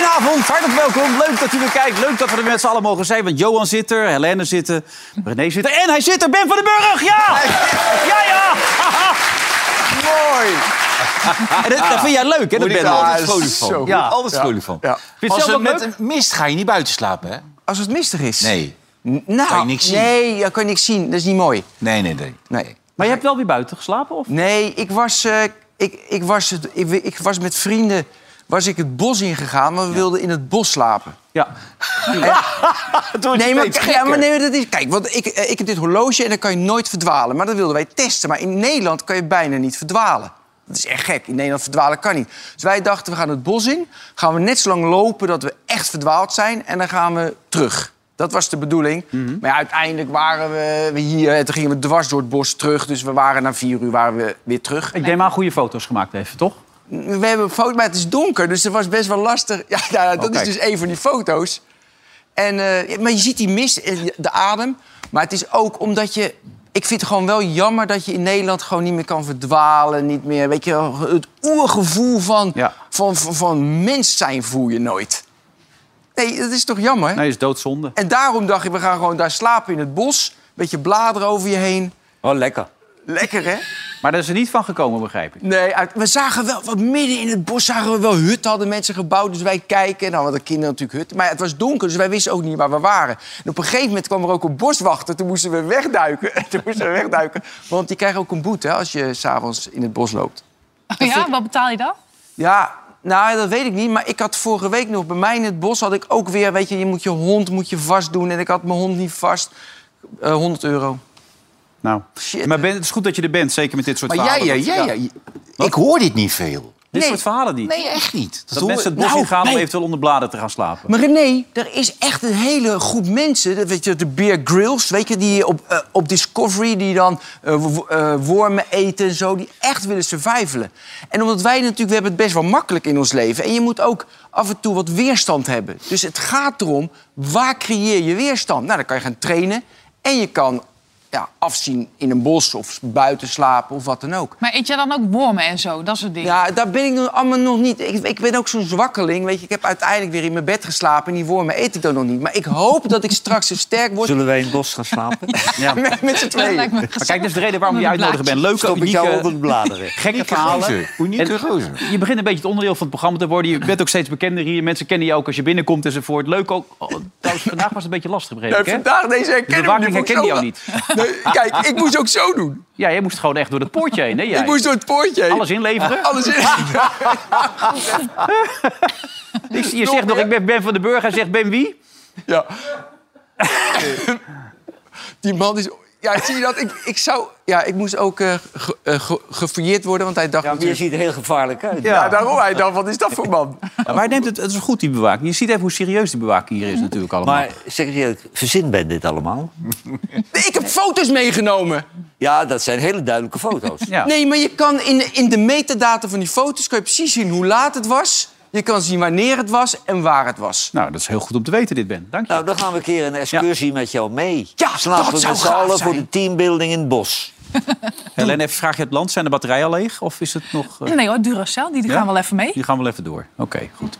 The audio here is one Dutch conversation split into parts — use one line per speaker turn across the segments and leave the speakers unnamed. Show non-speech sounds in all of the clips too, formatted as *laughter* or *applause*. Hartelijk welkom. Leuk dat u weer kijkt. Leuk dat we er met z'n allen mogen zijn. Want Johan zit er, Helene zit er, René zit er. En hij zit er, Ben van den Burg. Ja! Ja, ja! *laughs*
Mooi.
En dat, dat vind jij leuk, hè? Dat
Moet ik
ben
daar
altijd
zo
vrolijk van.
goed.
Ja,
Ja.
altijd vrolijk van.
Ja.
Vind je het
Als
zelf
het
ook
met
leuk?
een mist ga je niet buiten slapen, hè?
Als het mistig is.
Nee.
N- Nou,
Kan je niks zien.
Nee, dat kan je niks zien. Dat is niet mooi.
Nee, nee, nee.
Nee.
Maar je hebt wel weer buiten geslapen, of?
Nee, ik was, eh, ik, ik was, het, ik, ik was met vrienden was ik het bos ingegaan, maar we wilden in het bos slapen.
Ja. *laughs*
Nee, maar, ja, maar nee, dat is, kijk, want ik, eh, ik heb dit horloge en dan kan je nooit verdwalen. Maar dat wilden wij testen. Maar in Nederland kan je bijna niet verdwalen. Dat is echt gek. In Nederland verdwalen kan niet. Dus wij dachten, we gaan het bos in. Gaan we net zo lang lopen dat we echt verdwaald zijn. En dan gaan we terug. Dat was de bedoeling. Maar ja, uiteindelijk waren we we hier. En toen gingen we dwars door het bos terug. Dus we waren na vier uur waren we weer terug.
Ik neem aan goede foto's gemaakt heeft, toch?
We hebben een foto, maar het is donker, dus dat was best wel lastig. *laughs* Ja, ja, dat
kijk.
is dus een van die foto's. En, eh, maar je ziet die mist, en de adem. Maar het is ook omdat je... Ik vind het gewoon wel jammer dat je in Nederland gewoon niet meer kan verdwalen. Niet meer, weet je, wel, het oergevoel van,
Ja.
van, van, van mens zijn voel je nooit. Nee, dat is toch jammer?
Nee, is doodzonde.
En daarom dacht ik, we gaan gewoon daar slapen in het bos. Beetje bladeren over je heen.
Oh, lekker.
Lekker, hè?
Maar daar is er niet van gekomen, begrijp ik.
Nee, uit- we zagen wel, wat midden in het bos zagen we wel hutten, hadden mensen gebouwd. Dus wij kijken, nou hadden kinderen natuurlijk hutten. Maar het was donker, dus wij wisten ook niet waar we waren. En op een gegeven moment kwam er ook een boswachter, toen moesten we wegduiken. *laughs* toen moesten we wegduiken, want die krijgen ook een boete hè, als je s'avonds in het bos loopt.
Oh ja, wat betaal je dan?
Ja, nou, dat weet ik niet. Maar ik had vorige week nog bij mij in het bos had ik ook weer... weet je, je moet je hond moet je vast doen en ik had mijn hond niet vast. Eh 100 euro.
Nou.
Shit.
Maar ben, het is goed dat je er bent, zeker met dit soort
Maar jij,
verhalen.
jij,
want-
jij,
ja.
jij- ik hoor dit niet veel.
Dit soort verhalen niet.
Nee, echt niet.
Dat mensen het bos
Nou,
ingaan om
nee.
eventueel onder bladen te gaan slapen.
Maar René, er is echt een hele groep mensen. dat Weet je, de Bear Grylls, weet je, die op, eh, op Discovery... die dan eh, wo- eh, wormen eten en zo, die echt willen survivalen. En omdat wij natuurlijk, we hebben het best wel makkelijk in ons leven. En je moet ook af en toe wat weerstand hebben. Dus het gaat erom, waar creëer je weerstand? Nou, dan kan je gaan trainen en je kan ja, afzien in een bos of buiten slapen of wat dan ook.
Maar eet jij dan ook wormen en zo? Dat soort dingen.
Ja, daar ben ik nog allemaal nog niet. Ik, ik ben ook zo'n zwakkeling. Weet je, ik heb uiteindelijk weer in mijn bed geslapen en die wormen eet ik dan nog niet. Maar ik hoop dat ik straks zo sterk word
Zullen wij in het bos gaan slapen?
*laughs* met, met z'n
dat
tweeën.
lijkt
*laughs*
me
Maar
gezellig.
kijk, dat is de reden waarom je
Onder de
uitnodigen bent. Leuke,
Stop ik
unieke,
jou onder de bladeren.
gekke verhalen.
gozer. Unieke
En
gozer.
Je begint een beetje het onderdeel van het programma te worden. Je bent ook steeds bekender hier. Mensen kennen je ook als je binnenkomt enzovoort. Leuk ook. Oh, trouwens, vandaag was het een beetje lastig, begreep
Nou,
ik, hè?
vandaag deze herkennen
bewaking
we die
herkende jou
vond ik zo- *laughs* Nee, kijk, ik moest ook zo doen.
Ja, jij moest gewoon echt door dat poortje *laughs* heen, hè? Jij.
Ik moest door het poortje heen.
Alles inleveren.
Alles in.
Ik zie- je zegt nog, ik ben Ben van den Burg. Hij zegt, Ben wie?
Ja. *laughs* Die man is... Ja, zie je dat? Ik, ik zou... Ja, ik moest ook eh ge- eh, ge- gefouilleerd worden, want hij dacht...
*laughs* Ja, maar je
natuurlijk-
ziet er heel gevaarlijk uit.
Ja, daarom. Hij dacht, wat is dat voor man?
Maar hij neemt het, het is goed, die bewaking. Je ziet even hoe serieus die bewaking hier is natuurlijk allemaal.
Maar zeg eens eerlijk, verzin ben dit allemaal?
Nee, ik heb foto's meegenomen.
Ja, dat zijn hele duidelijke foto's.
ja.
Nee, maar je kan in, in de metadata van die foto's kan je precies zien hoe laat het was. Je kan zien wanneer het was en waar het was.
Nou, dat is heel goed om te weten, dit Ben. Dank je.
Nou, dan gaan we een keer een excursie met jou mee.
Ja,
Slapen
dat
we
zou
met z'n
gaaf
allen
zijn.
voor de teambuilding in het bos.
Helene, even vraag je het land. Zijn de batterijen al leeg? Of is het nog... eh,
Nee hoor, Duracell, die
Ja?
gaan wel even mee.
Die gaan wel even door. Oké, goed.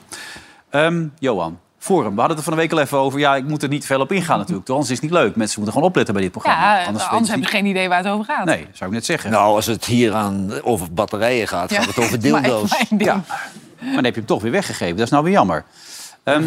Ehm, Johan, Forum. We hadden het er van de week al even over. Ja, ik moet er niet veel op ingaan natuurlijk. toch? Anders is het niet leuk. Mensen moeten gewoon opletten bij dit programma.
Ja, eh, anders,
weten ze
heb je
niet-
geen idee waar het over gaat.
Nee, zou ik net
*laughs*
zeggen.
Nou, als het hier aan, over batterijen gaat,
Ja.
gaat het
*laughs*
over dildo's.
Mijn- mijn ding.
Ja. Maar dan heb je hem toch weer weggegeven. Dat is nou weer jammer. Ehm,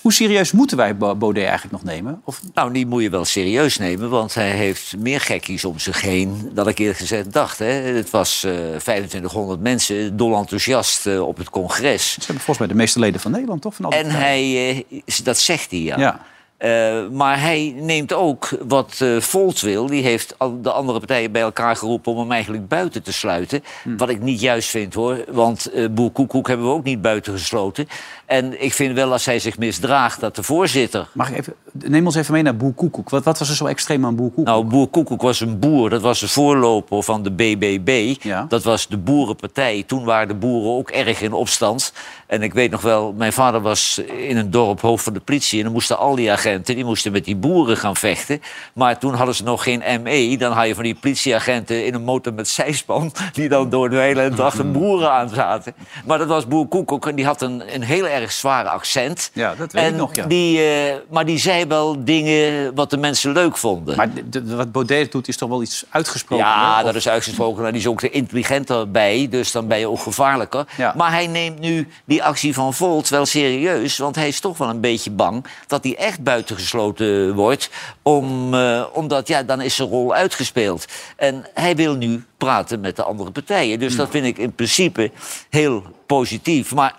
hoe serieus moeten wij Bo- Baudet eigenlijk nog nemen? Of,
Nou, die moet je wel serieus nemen, want hij heeft meer gekkies om zich heen dan ik eerlijk gezegd dacht. Hè. Het was eh 2500 mensen, dol enthousiast eh, op het congres.
ze hebben volgens mij de meeste leden van Nederland, toch? Van al die
En
partijen.
hij, eh, dat zegt hij ja.
Ja.
Eh, maar hij neemt ook wat eh, Volt wil. Die heeft al de andere partijen bij elkaar geroepen om hem eigenlijk buiten te sluiten. Wat ik niet juist vind hoor. Want eh Boer Koekoek hebben we ook niet buiten gesloten. En ik vind wel als hij zich misdraagt dat de voorzitter.
Mag ik even... Neem ons even mee naar Boer Koekoek. Wat, wat was er zo extreem aan Boer Koekoek?
Nou, Boer Koekoek was een boer. Dat was de voorloper van de BBB.
Ja.
Dat was de boerenpartij. Toen waren de boeren ook erg in opstand. En ik weet nog wel, mijn vader was in een dorp hoofd van de politie. En dan moesten al die agenten politieagenten, die moesten met die boeren gaan vechten. Maar toen hadden ze nog geen ME. Dan had je van die politieagenten in een motor met zijspan... die dan door de hele dag de boeren aan zaten. Maar dat was Boer Koekoek en die had een, een heel erg zwaar accent.
Ja, dat weet ik
En
nog, ja.
Die, eh, maar die zei wel dingen wat de mensen leuk vonden.
Maar de- de- wat Baudet doet is toch wel iets uitgesproken?
Ja,
hè? Of-
dat is uitgesproken. Nou, die is ook er intelligenter bij, dus dan ben je ook gevaarlijker.
Ja.
Maar hij neemt nu die actie van Volt wel serieus. Want hij is toch wel een beetje bang dat hij echt buitengesloten wordt. Om, eh, omdat, ja, dan is zijn rol uitgespeeld. En hij wil nu praten met de andere partijen.
Hmm.
Dus dat vind ik in principe heel positief. Maar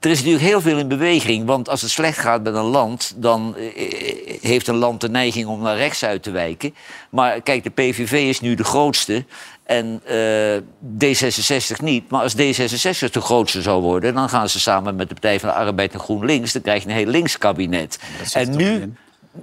er is natuurlijk heel veel in beweging. Want als het slecht gaat met een land, dan eh, heeft een land de neiging om naar rechts uit te wijken. Maar kijk, de PVV is nu de grootste. En eh, D66 niet. Maar als D66 de grootste zou worden, dan gaan ze samen met de Partij van de Arbeid en GroenLinks. Dan krijg je een heel links kabinet. En nu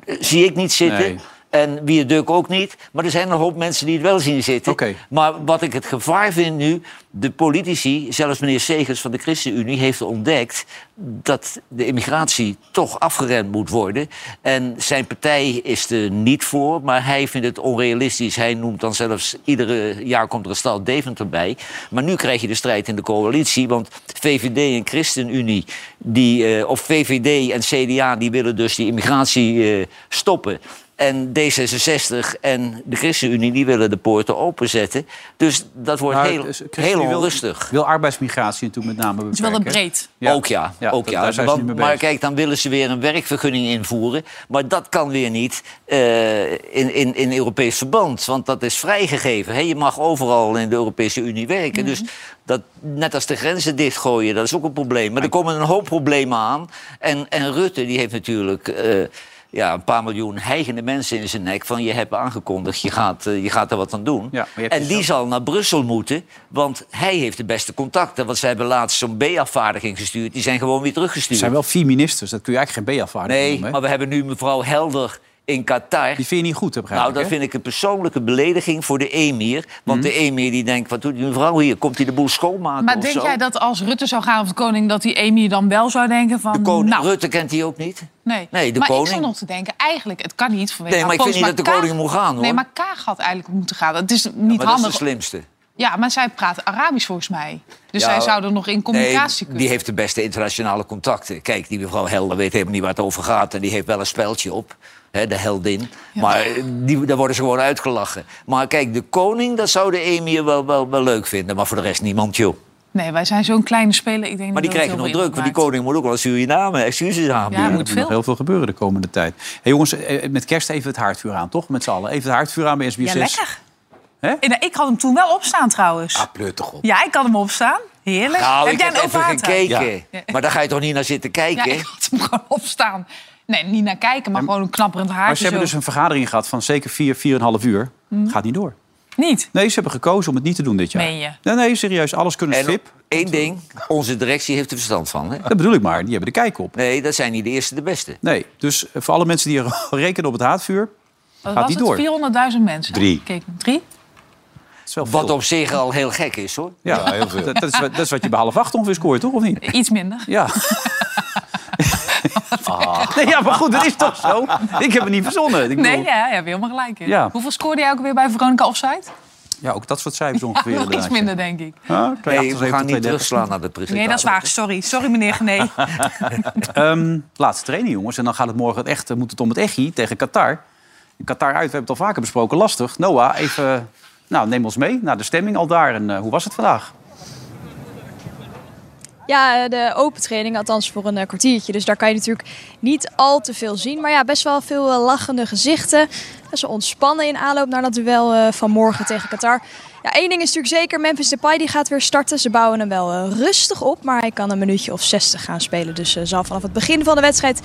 eh, zie ik niet zitten.
Nee.
En Wierduk ook niet. Maar er zijn een hoop mensen die het wel zien zitten.
Oké.
Maar wat ik het gevaar vind nu, de politici, zelfs meneer Segers van de ChristenUnie, heeft ontdekt dat de immigratie toch afgeremd moet worden. En zijn partij is er niet voor, maar hij vindt het onrealistisch. Hij noemt dan zelfs iedere jaar komt er een stad Deventer bij. Maar nu krijg je de strijd in de coalitie, want VVD en ChristenUnie, die, eh, of VVD en CDA, die willen dus die immigratie eh, stoppen. En D66 en de ChristenUnie die willen de poorten openzetten. Dus dat wordt
Maar
heel,
dus ChristenUnie
heel
wil-
onrustig.
Wil arbeidsmigratie natuurlijk met name beperken.
is wel een breed.
Ook ja, ook
dat-
ja.
Daar zijn ze
Want-
nu mee
maar
bezig.
kijk, dan willen ze weer een werkvergunning invoeren. Maar dat kan weer niet eh, in, in, in Europees verband. Want dat is vrijgegeven. hè. je mag overal in de Europese Unie werken. Dus dat, net als de grenzen dichtgooien, dat is ook een probleem. Maar er komen een hoop problemen aan. En, en Rutte, die heeft natuurlijk... eh, ja, een paar miljoen heigende mensen in zijn nek van je hebt aangekondigd, je gaat, eh, je gaat er wat aan doen.
maar je hebt
en
dus
die zal naar Brussel moeten, want hij heeft de beste contacten. Want ze hebben laatst zo'n B-afvaardiging gestuurd. Die zijn gewoon weer
Er
teruggestuurd.
zijn wel vier ministers, dat kun je eigenlijk geen B-afvaardiging
nee,
noemen, hè?
maar we hebben nu mevrouw Helder in Qatar.
Die vind je niet goed, heb ik
Nou, dat
begrepen,
vind ik een persoonlijke belediging voor de emir. Want
Mhm.
de emir die denkt, wat doet die mevrouw hier? Komt hij de boel schoonmaken
Maar
of
denk
zo?
jij dat als Rutte zou gaan of de koning... dat die Amy dan wel zou denken van...
De koning
nou,
Rutte kent die ook niet.
nee.
Nee, de
maar
koning.
ik zat nog te denken, eigenlijk, het kan niet vanwege...
Nee, maar ik vind
volgens
niet dat
mij
de koning
Kaag-
moet gaan, hoor.
Nee, maar Kaag had eigenlijk moeten gaan. Het is niet
Maar dat is dus de
handig.
slimste.
ja, maar zij praat Arabisch volgens mij. Dus
Ja,
zij zou er nog in communicatie
Nee,
kunnen.
die heeft de beste internationale contacten. Kijk, die mevrouw Helder weet helemaal niet waar het over gaat. En die heeft wel een speltje op, hè, de heldin. Maar eh, die, daar worden ze gewoon uitgelachen. Maar kijk, de koning, dat zou de emir wel, wel, wel leuk vinden. Maar voor de rest niemand, joh.
Nee, wij zijn zo'n kleine speler. Ik denk
Maar die
dat het
krijgen nog
heel
druk,
veel
want die
impact
koning moet ook wel Suriname excuses aanbieden.
Ja,
hè? er
moet
moet
veel.
nog heel veel gebeuren de komende tijd. Hey, jongens, eh, met kerst even het haardvuur aan, toch? Met z'n allen. Even het haardvuur aan bij SBS6.
maakt. Ja, lekker.
Hè?
Eh, nou, Ik had hem toen wel opstaan trouwens.
Ah, pleur toch op.
Ja, ik had hem opstaan. Heerlijk.
Nou, ik
jij
heb
een
even
open haard uit?
gekeken. Maar daar ga je toch niet naar zitten
Ja,
kijken?
ik had hem *laughs* gewoon opstaan. Nee, niet naar kijken, maar gewoon een knapperend haartje.
Maar ze hebben dus
zo.
een vergadering gehad van zeker 4, 4,5 uur. Gaat niet door.
Niet.
Nee, ze hebben gekozen om het niet te doen dit jaar.
Meen je?
Nee, nee, serieus. Alles kunnen
en
schip.
één ding, onze directie heeft er verstand van. Hè?
Dat bedoel ik maar. Die hebben de kijk op.
Nee, dat zijn niet de eerste, de beste.
Nee, dus voor alle mensen *laughs* die rekenen op het haardvuur...
Wat
Gaat
was
niet door.
het? 400.000 mensen?
Drie.
Kijk, drie?
het is wel
Wat
veel.
op zich al heel gek is, hoor.
Ja,
Ja, heel veel.
Dat, dat is, wat- dat is wat je bij half acht ongeveer scoort, toch? Of niet?
Eh, Iets
*laughs*
minder.
*laughs*
Ja.
Ah.
Nee, ja, maar goed, dat is toch zo? Ik heb het niet verzonnen. Ik
Nee,
bedoel-
ja, je hebt helemaal gelijk in.
Ja.
Hoeveel scoorde jij ook weer bij Veronica Offside?
ja, ook dat soort cijfers ongeveer.
Nog iets
inderdaad. Ah,
minder, denk ik.
Ja,
Nee,
278,
we gaan
230.
niet terugslaan naar de presentatie.
Nee, dat is waar. Sorry. Sorry, meneer
*laughs*
Gené.
Ehm, laatste training, jongens. En dan gaat het morgen het echt, eh, moet het om het echi tegen Qatar. Qatar uit, we hebben het al vaker besproken. Lastig. Noah, even, eh, nou, neem ons mee naar de stemming al daar. En eh, hoe was het vandaag?
Ja, eh, de open training, althans voor een eh, kwartiertje. Dus daar kan je natuurlijk niet al te veel zien. Maar ja, best wel veel eh, lachende gezichten. En Ze ontspannen in aanloop naar dat duel eh, van morgen tegen Qatar. Ja, één ding is natuurlijk zeker. Memphis Depay die gaat weer starten. Ze bouwen hem wel eh, rustig op. Maar hij kan een minuutje of 60 gaan spelen. Dus eh, zal vanaf het begin van de wedstrijd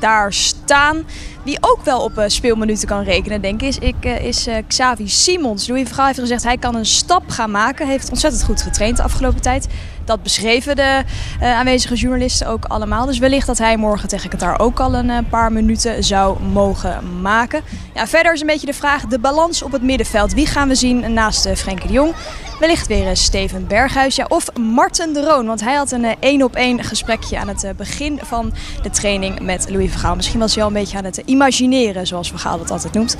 daar staan. Wie ook wel op eh, speelminuten kan rekenen, denk ik, is, ik, eh, is eh, Xavi Simons. Louis van Gaal heeft gezegd, hij kan een stap gaan maken. Hij heeft ontzettend goed getraind de afgelopen tijd. Dat beschreven de eh, aanwezige journalisten ook allemaal. Dus wellicht dat hij morgen tegen Qatar ook al een eh, paar minuten zou mogen maken. Ja, verder is een beetje de vraag, de balans op het middenveld. Wie gaan we zien naast eh, Frank Frenkie de Jong. Wellicht weer eh, Steven Berghuis ja, of Marten de Roon. Want hij had een eh, één-op-één gesprekje aan het eh, begin van de training met Louis Vergaal. Misschien was hij al een beetje aan het eh, imagineren, zoals Vergaal dat altijd noemt.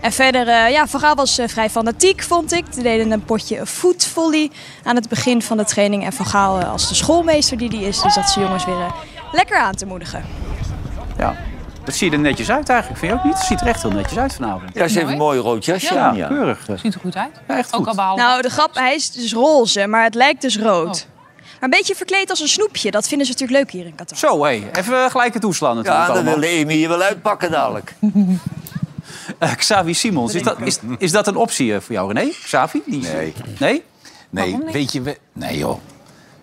En verder, eh, ja, Vergaal was eh, vrij fanatiek, vond ik. Ze deden een potje voetvolley aan het begin van de training. En Vergaal, eh, als de schoolmeester die die is, die zat zijn jongens weer eh, lekker aan te moedigen.
Ja. Dat zie je er netjes uit eigenlijk, vind je ook niet? Het ziet er echt heel netjes uit vanavond.
Ja, ze heeft een mooi rood jasje
Ja,
aan. Ja.
keurig.
Ziet er goed uit.
Ja, echt
Ook
goed.
al behalve.
Nou, de grap, hij is dus roze, maar het lijkt dus rood. Maar een beetje verkleed als een snoepje, dat vinden ze natuurlijk leuk hier in Qatar.
Zo, hé. Even eh, gelijk het toeslaan natuurlijk
Ja, dan
allemaal.
wil Amy je wel uitpakken dadelijk.
Eh, Xavi Simons, is dat, is, is dat een optie eh, voor jou, René? Xavi? Die-
Nee.
Nee?
Nee, weet je... We, nee, joh.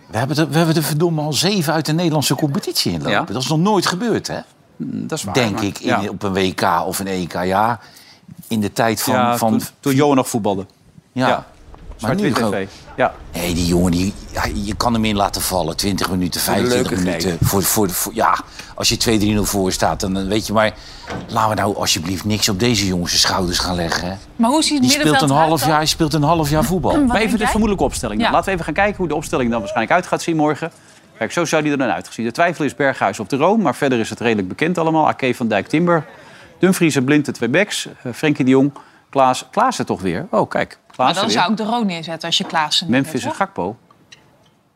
We hebben, er, we hebben er verdomme al zeven uit de Nederlandse competitie inlopen.
Ja.
Dat is nog nooit gebeurd, hè?
Mm, Dat is waar.
Denk
maar-
ik, in,
ja.
op een WK of een EK. Ja, in de tijd van...
Ja,
van
toen, toen Johan nog voetbalde.
ja.
ja.
Maar nu
Zwart-wit
gewoon-
TV. Ja.
Nee, die jongen, die, ja, je kan hem in laten vallen. 20 minuten, 25
leukigheid.
minuten. Voor, voor, voor, ja, als je 2-3-0 voor staat, dan eh, weet je. Maar laten we nou alsjeblieft niks op deze jongens zijn schouders gaan leggen. hè.
Maar hoe ziet het
Die speelt een,
middenveld eruit
half
dan?
jaar, hij speelt een half jaar voetbal.
Wat
Maar even
denk
de
jij?
vermoedelijke opstelling. dan.
Ja.
Laten we even gaan kijken hoe de opstelling dan waarschijnlijk uit gaat zien morgen. Kijk, zo zou die er dan uit gaan zien. De twijfel is Berghuis op de Room, maar verder is het redelijk bekend allemaal. Ake van Dijk, Timber, Dumfries en Blind, de twee backs. Eh, Frenkie de Jong, Klaas, Klaassen toch weer. Oh, kijk,
Maar
Klaassen
dan
weer.
zou ik de Roon neerzetten als je Klaassen neerzet,
Memphis en
hoor.
Gakpo.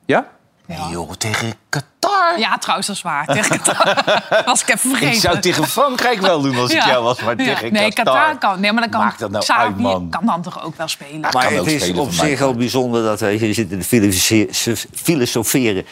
Ja?
Nee, joh, tegen Qatar.
Ja, trouwens, dat is waar.
*laughs*
Tegen Qatar. was ik even vergeten.
Ik zou het tegen Frankrijk wel doen als ik
Ja.
jou was, maar
Ja.
tegen
Nee, Qatar kan. Nee, maar dan kan
Maakt dat nou
Xavi
uit, man.
kan dan toch ook wel spelen.
Kan
Maar het
ook
is
spelen
op
van mij.
zich al bijzonder dat wij hier zitten te filosofe- filosoferen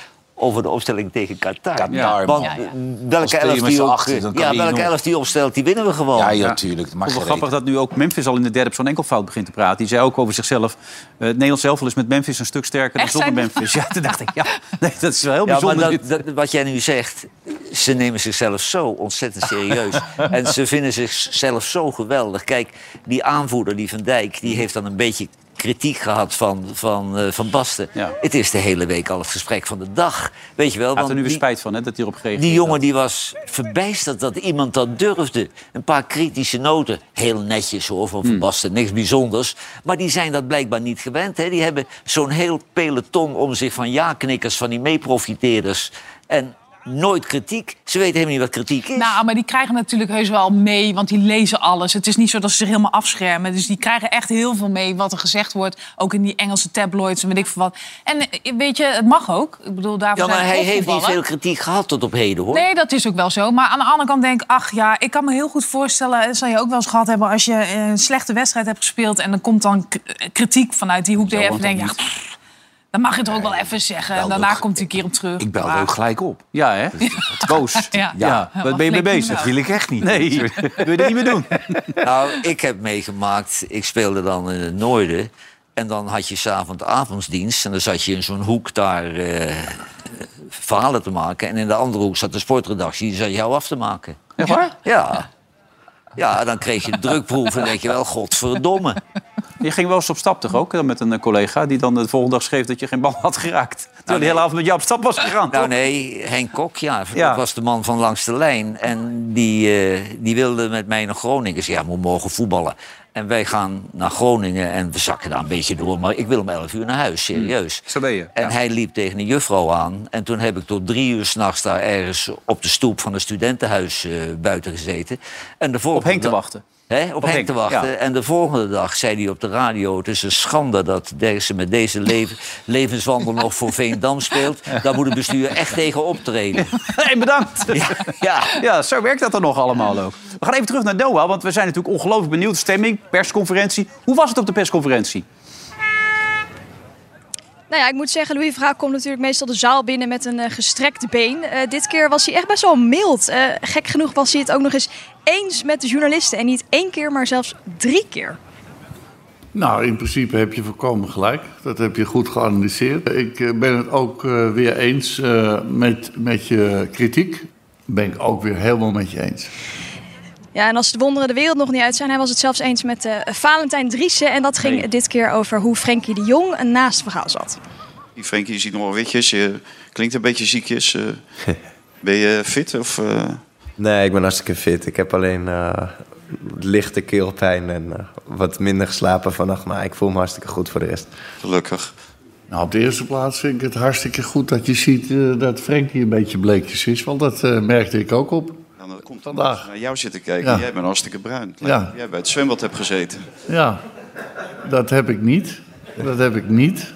over de opstelling tegen Qatar.
Qatar, man.
Want
Ja, ja.
welke
Als
elf
twee met
die,
z'n
ook,
achten, dan kan
ja,
die
welke
nog-
elf die opstelt, die winnen we gewoon.
Ja, ja, tuurlijk. Dat mag
Wel
geen
grappig dat nu ook Memphis al in de derde zo'n enkel fout begint te praten. Die zei ook over zichzelf, eh, het Nederlands elftal is met Memphis een stuk sterker dan
Echt,
zonder
zei die-
Memphis. Ja, toen dacht ik,
*laughs*
ja, nee, dat is wel heel
Ja, maar
bijzonder.
dat,
dit.
dat- wat jij nu zegt, ze nemen zichzelf zo ontzettend
*laughs*
serieus. en ze vinden zichzelf zo geweldig. Kijk, die aanvoerder, die Van Dijk, die heeft dan een beetje kritiek gehad van, van, eh, van Basten.
Ja.
Het is de hele week al het gesprek van de dag. Weet je wel,
Hij had er nu weer
die-
spijt van, hè, dat hij erop gereageerd
Die
had.
jongen die was verbijsterd dat iemand dat durfde. Een paar kritische noten. Heel netjes hoor, van Van Basten. Niks bijzonders. Maar die zijn dat blijkbaar niet gewend. Hè? Die hebben zo'n heel peloton om zich van ja-knikkers, van die meeprofiteerders. En nooit kritiek. Ze weten helemaal niet wat kritiek is.
Nou, maar die krijgen natuurlijk heus wel mee, want die lezen alles. Het is niet zo dat ze zich helemaal afschermen. Dus die krijgen echt heel veel mee wat er gezegd wordt. Ook in die Engelse tabloids en weet ik veel wat. En eh, weet je, het mag ook. Ik bedoel, daarvoor
ja, maar
zijn we
hij heeft niet
profvoetballer.
veel kritiek gehad tot op heden hoor.
Nee, dat is ook wel zo. Maar aan de andere kant denk ik, ach ja, ik kan me heel goed voorstellen... dat zal je ook wel eens gehad hebben als je eh, een slechte wedstrijd hebt gespeeld... en dan komt dan k- eh, kritiek vanuit die hoek. Dan even denk je, ja, pff, dan mag je het ook wel even zeggen. En
belde
daarna
ook-
komt hij een keer op terug.
Ik bel
Maar-
er ook gelijk op.
Ja, hè? Boos.
*laughs* Ja.
Ja,
Ja,
wat ben je mee
flink
bezig?
doen
Wil ik echt niet.
Nee, *laughs* wil je dat niet meer
*laughs*
doen?
Nou, ik heb meegemaakt, ik speelde dan in het noorden. En dan had je s'avonds avondsdienst. En dan zat je in zo'n hoek daar eh, verhalen te maken. En in de andere hoek zat de sportredactie. Die zat jou af te maken.
Echt waar?
Ja. Ja, dan kreeg je een drukproef. En dan denk je wel, godverdomme.
Je ging wel eens op stap toch ook? Dan met een eh, collega die dan de volgende dag schreef dat je geen bal had geraakt. Terwijl de hele avond met jou op stap was gegaan.
Nou
toch?
nee, Henk Kok, ja,
Ja.
dat was de man van langs de lijn. En die, eh, die wilde met mij naar Groningen. Ik zei, ja, we mogen voetballen. En wij gaan naar Groningen en we zakken daar een beetje door. Maar ik wil om 11 uur naar huis, serieus.
Hmm. Zo ben je,
En
ja.
hij liep tegen een juffrouw aan. En toen heb ik tot drie uur s'nachts daar ergens op de stoep van een studentenhuis eh, buiten gezeten. En de volgende
Henk te
dag-
wachten.
Hè, op, Henk
Henk,
te wachten.
ja.
En de volgende dag zei hij op de radio... het is een schande dat Derksen met deze le-
*laughs*
levenswandel nog voor Veendam speelt. Daar moet het bestuur echt tegen optreden.
*laughs*
Nee, bedankt. Ja.
Ja,
zo werkt dat dan nog allemaal ook. We gaan even terug naar Doha, want we zijn natuurlijk ongelooflijk benieuwd. Stemming, persconferentie. Hoe was het op de persconferentie?
Nou ja, ik moet zeggen, Louis Vergaal komt natuurlijk meestal de zaal binnen met een eh, gestrekt been. Eh, dit keer was hij echt best wel mild. Eh, gek genoeg was hij het ook nog eens eens met de journalisten. En niet één keer, maar zelfs drie keer.
Nou, in principe heb je voorkomen gelijk. Dat heb je goed geanalyseerd. Ik eh, ben het ook eh, weer eens eh, met, met je kritiek. Ben ik ook weer helemaal met je eens.
Ja, en als de wonderen de wereld nog niet uit zijn, hij was het zelfs eens met eh, Valentijn Driessen. En dat ging
Nee.
dit keer over hoe Frenkie de Jong naast Vergaal zat.
Die Frenkie die ziet nog wel witjes. Je klinkt een beetje ziekjes. eh. ben je fit? Of, eh,
Nee, ik ben hartstikke fit. Ik heb alleen eh, lichte keelpijn en eh, wat minder geslapen vannacht. Maar ik voel me hartstikke goed voor de rest.
Gelukkig.
Nou, op de eerste plaats vind ik het hartstikke goed dat je ziet eh, dat Frenkie een beetje bleekjes is. Want dat eh, merkte ik ook op.
Nou, Dan dat komt
Vandaag.
Naar jou zitten kijken.
Ja.
Jij bent hartstikke bruin.
Ja.
Ja. Jij bij het zwembad hebt gezeten.
Ja, dat heb ik niet. Dat heb ik niet.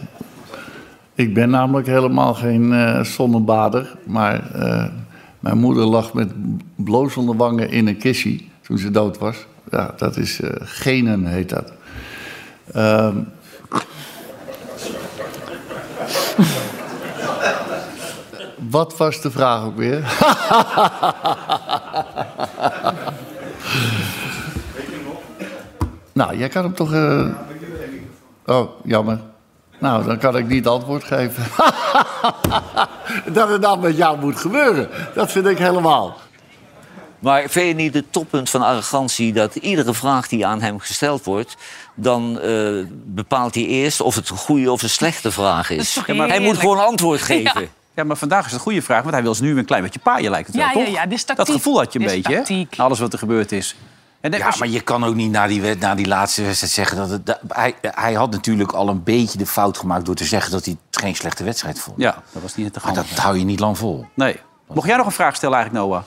Ik ben namelijk helemaal geen eh, zonnebader. Maar eh, mijn moeder lag met blozende wangen in een kissie toen ze dood was. Ja, dat is eh, genen, heet dat. Ehm. *laughs* Wat was de vraag ook weer? Nou, jij kan hem toch. eh, Oh, jammer. Nou, dan kan ik niet antwoord geven. *laughs* dat het dan met jou moet gebeuren, dat vind ik helemaal.
Maar vind je niet het toppunt van arrogantie dat iedere vraag die aan hem gesteld wordt, dan eh, bepaalt hij eerst of het een goede of een slechte vraag
Dat is
is.
toch
maar hij moet
heerlijk?
gewoon antwoord geven.
Ja, maar vandaag is het een goede vraag, want hij wil ze nu een klein beetje paaien, lijkt het
Ja,
wel,
ja,
toch?
ja, dit is
dat
tactiek.
gevoel had je een
Dit is
beetje, hè?
tactiek.
Na alles wat er gebeurd is. En dan-
Ja,
als je-
maar je kan ook niet na die, wed- na die laatste wedstrijd zeggen dat het. dat- hij, hij had natuurlijk al een beetje de fout gemaakt door te zeggen dat hij het geen slechte wedstrijd vond.
ja, dat was niet te
Maar
gaan.
dat hou je niet lang vol.
Nee. Mocht jij nog een vraag stellen eigenlijk, Noah?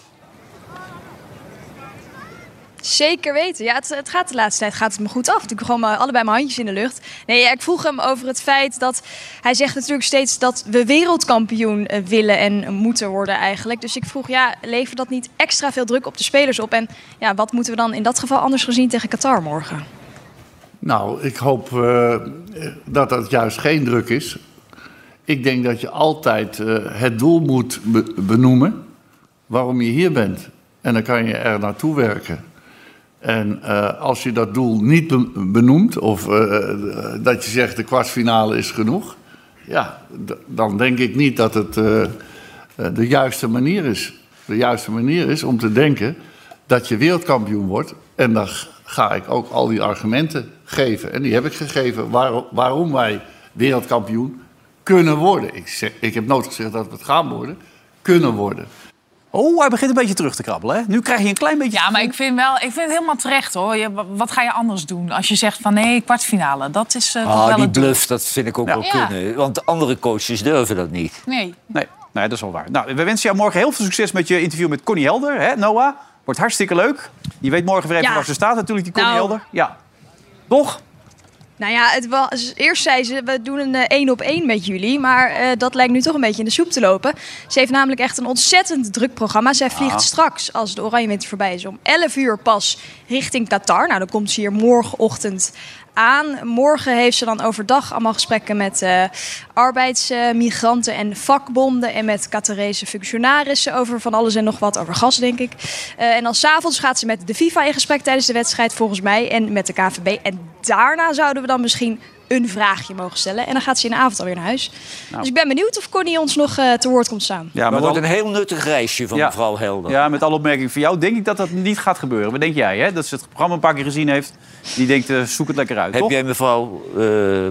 Zeker weten. Ja, het, het gaat de laatste tijd gaat het me goed af. Ik heb gewoon maar allebei mijn handjes in de lucht. Nee, ja, ik vroeg hem over het feit dat hij zegt natuurlijk steeds dat we wereldkampioen eh, willen en moeten worden eigenlijk. Dus ik vroeg, ja, levert dat niet extra veel druk op de spelers op? En ja, wat moeten we dan in dat geval anders gezien tegen Qatar morgen?
Nou, ik hoop eh, dat dat juist geen druk is. Ik denk dat je altijd eh, het doel moet be- benoemen waarom je hier bent. En dan kan je er naartoe werken. En eh, als je dat doel niet be- benoemt, of eh, dat je zegt de kwartfinale is genoeg, ja, d- dan denk ik niet dat het eh, eh, de juiste manier is. De juiste manier is om te denken dat je wereldkampioen wordt. En dan g- ga ik ook al die argumenten geven. En die heb ik gegeven waarom, waarom wij wereldkampioen kunnen worden. Ik, zeg, ik heb nooit gezegd dat we het gaan worden. Kunnen worden.
Oh, hij begint een beetje terug te krabbelen, hè? Nu krijg je een klein beetje...
Ja, maar ik vind, wel, ik vind het helemaal terecht hoor. Je- wa- wat ga je anders doen als je zegt van nee, kwartfinale? Dat is eh, toch
Ah,
wel
die
het doel.
bluff, dat vind ik ook wel
Ja.
kunnen. Want andere coaches durven dat niet.
Nee.
Nee, nee, dat is wel waar. Nou, we wensen jou morgen heel veel succes met je interview met Connie Helder, hè, Noah? Wordt hartstikke leuk. Je weet morgen weer even
Ja.
waar ze staat natuurlijk, die Connie
Nou.
Helder. Ja. Toch?
Nou ja, het was, eerst zei ze, we doen een eh, één op één met jullie. Maar eh, dat lijkt nu toch een beetje in de soep te lopen. Ze heeft namelijk echt een ontzettend druk programma. Zij vliegt straks, als de Oranjewinter voorbij is, om 11 uur pas richting Qatar. Nou, dan komt ze hier morgenochtend aan. Morgen heeft ze dan overdag allemaal gesprekken met eh, arbeidsmigranten en vakbonden. En met Qatarese functionarissen over van alles en nog wat. Over gas, denk ik. Eh, en dan s'avonds gaat ze met de FIFA in gesprek tijdens de wedstrijd, volgens mij. En met de KVB. En daarna zouden we dan misschien een vraagje mogen stellen. En dan gaat ze in de avond alweer naar huis. Dus ik ben benieuwd of Connie ons nog eh, te woord komt staan.
Nou. Ja,
dat
met
wordt
al-
een heel nuttig reisje van
Ja.
mevrouw Helder.
ja, met alle opmerkingen van jou denk ik dat dat niet gaat gebeuren. Wat denk jij, hè? Dat ze het programma een paar keer gezien heeft. Die denkt, eh, zoek het lekker uit,
Heb
toch?
jij mevrouw eh,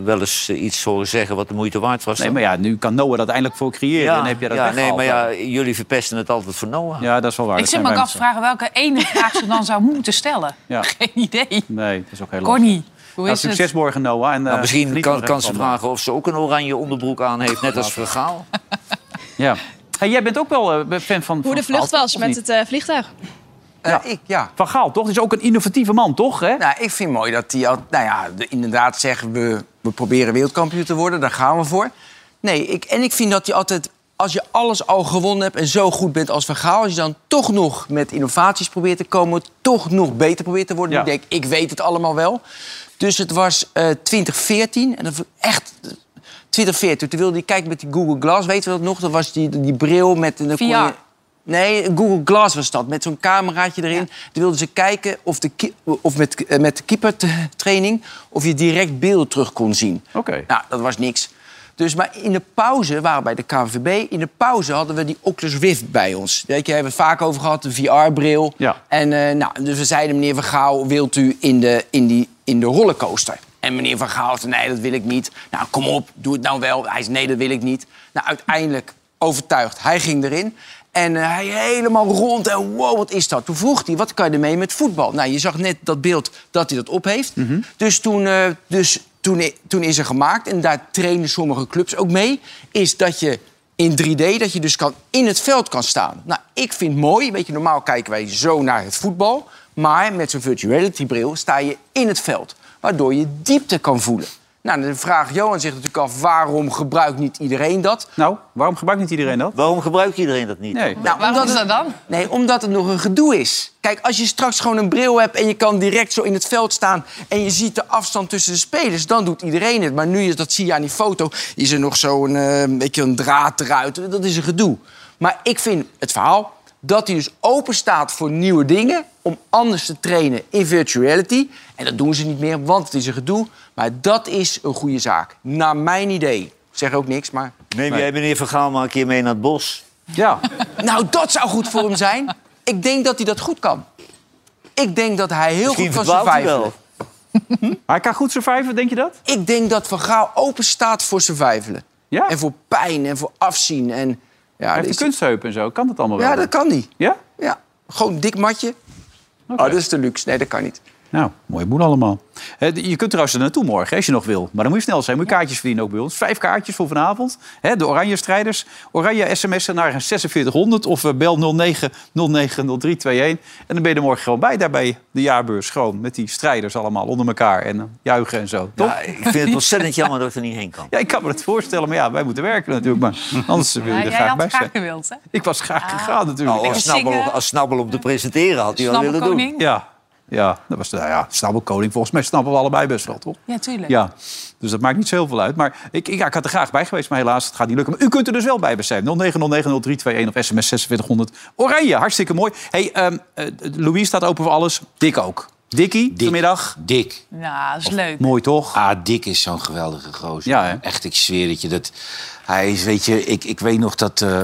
wel eens eh, iets horen zeggen wat de moeite waard was?
Nee,
dan?
maar ja, nu kan Noah dat eindelijk voor creëren. En heb je dat
ja, nee,
weggehaald.
maar ja, jullie verpesten het altijd voor Noah. Nou,
Ja, dat is wel waar.
Ik
Dat
zit me
zijn
ook
wij
af te vragen welke ene vraag ze dan zou moeten stellen. *laughs*
Ja.
Geen idee.
mensen. Nee, dat is ook heel leuk.
Connie, hoe is
Nou, succes
het?
morgen, Noah. En,
Nou,
eh,
misschien
geniet
kan,
nog
kan
even
ze
van.
vragen of ze ook een oranje onderbroek aan heeft, net als Vergaal.
Ja. Hey, jij bent ook wel eh, fan van
Hoe
van
de vlucht
Gaal,
was
of
met
niet?
het eh, vliegtuig.
Eh,
Ja.
Ik, ja.
Van Gaal, toch? Dat is ook een innovatieve man, toch? Hè?
Nou, ik vind mooi dat die al, nou ja, de- inderdaad zeggen we, we proberen wereldkampioen te worden, daar gaan we voor. Nee, ik, en ik vind dat je altijd, als je alles al gewonnen hebt en zo goed bent als Van Gaal, als je dan toch nog met innovaties probeert te komen, toch nog beter probeert te worden.
Ja.
Ik denk, ik weet het allemaal wel. Dus het was eh, 2014 en dat vond ik echt. 2014, toen wilde hij kijken met die Google Glass, weten we dat nog? Dat was die, die bril met... en dan kon je-
VR.
Nee, Google Glass was dat, met zo'n cameraatje erin. Toen wilden ze kijken of, de ki- of met, eh, met de keepertraining... of je direct beeld terug kon zien.
Oké.
Nou, dat was niks. Dus, maar in de pauze, we waren bij de KNVB... in de pauze hadden we die Oculus Rift bij ons. Weet je, daar hebben we het vaak over gehad, een VR-bril.
Ja.
En eh, nou, dus we zeiden, meneer Van Gaal, wilt u in de, in die, in de rollercoaster? En meneer Van Gaal zei, nee, dat wil ik niet. Nou, kom op, doe het nou wel. Hij zei, nee, dat wil ik niet. Nou, uiteindelijk overtuigd, hij ging erin. En eh, hij helemaal rond. En wow, wat is dat? Toen vroeg hij, wat kan je ermee met voetbal? Nou, je zag net dat beeld dat hij dat op heeft. Dus, toen, eh, dus toen, i- toen is er gemaakt, en daar trainen sommige clubs ook mee... is dat je in 3D, dat je dus kan, in het veld kan staan. Nou, ik vind het mooi. Weet je, normaal kijken wij zo naar het voetbal. Maar met zo'n virtuality-bril sta je in het veld. Waardoor je diepte kan voelen. Nou, de vraag Johan zich natuurlijk af... waarom gebruikt niet iedereen dat?
Nou, waarom gebruikt niet iedereen dat?
Waarom gebruikt iedereen dat niet?
Nee.
Nou,
Waarom
omdat
is
het-
dat dan?
Nee, omdat het nog een gedoe is. Kijk, als je straks gewoon een bril hebt en je kan direct zo in het veld staan... en je ziet de afstand tussen de spelers, dan doet iedereen het. Maar nu, is, dat zie je aan die foto, is er nog zo'n eh, een beetje een draad eruit. Dat is een gedoe. Maar ik vind het verhaal dat hij dus open staat voor nieuwe dingen... om anders te trainen in virtuality. En dat doen ze niet meer, want het is een gedoe. Maar dat is een goede zaak, naar mijn idee. Ik zeg ook niks, maar...
Neem jij meneer Van Gaal maar een keer mee naar het bos.
Ja,
Nou, dat zou goed voor hem zijn. Ik denk dat hij dat goed kan. Ik denk dat hij heel
Misschien
goed kan
verdwaalt hij
survivalen.
wel.
hij kan goed surviven, denk je dat?
Ik denk dat Van Gaal open staat voor survivalen.
Ja?
En voor pijn en voor afzien. En, ja,
Hij
dat
heeft
is-
de kunstheup en zo. Kan dat allemaal wel?
ja, dat kan niet.
Ja?
Ja, gewoon dik matje.
Oké.
Oh, dat is de luxe. Nee, dat kan niet.
Nou, mooie boel allemaal. Hè, d- je kunt trouwens er naartoe morgen, hè, als je nog wil. Maar dan moet je snel zijn. Moet je kaartjes verdienen ook bij ons. Vijf kaartjes voor vanavond. Hè, de Oranje Strijders. Oranje sms'en naar 4600 of eh, bel 09090321. En dan ben je er morgen gewoon bij, daar bij de jaarbeurs. Gewoon met die strijders allemaal onder elkaar. En eh, juichen en zo. Toch?
Ja, Ah, ik vind het
*laughs*
ontzettend jammer dat ik er niet heen kan.
Ja, ik kan me dat voorstellen. Maar ja, wij moeten werken natuurlijk. Maar anders wil je
Ja,
er
jij
graag
had
bij
graag Oh.
zijn.
gewild, hè?
Ik was graag gegaan natuurlijk.
Nou, als,
zingen.
snabbel, als Snabbel op de presenteren had hij wel willen doen.
Snabbekoning?
Ja, ja, dat was, nou ja, snappen koning. Volgens mij snappen we allebei best wel, toch?
Ja, tuurlijk.
Ja, dus dat maakt niet zoveel uit. Maar ik, ik, ja, ik had er graag bij geweest, maar helaas, het gaat niet lukken. Maar u kunt er dus wel bij zijn. 09090321 of sms 4600. Oranje, hartstikke mooi. hey, ehm, eh, Louis staat open voor alles. Dick ook. Dikkie, vanmiddag.
Dik.
Ja, Nou, dat is leuk.
Mooi, toch?
Ah, Dick is zo'n geweldige gozer.
Ja, hè?
Echt, ik zweer het je. Dat, hij is, weet je, ik, ik weet nog dat... eh,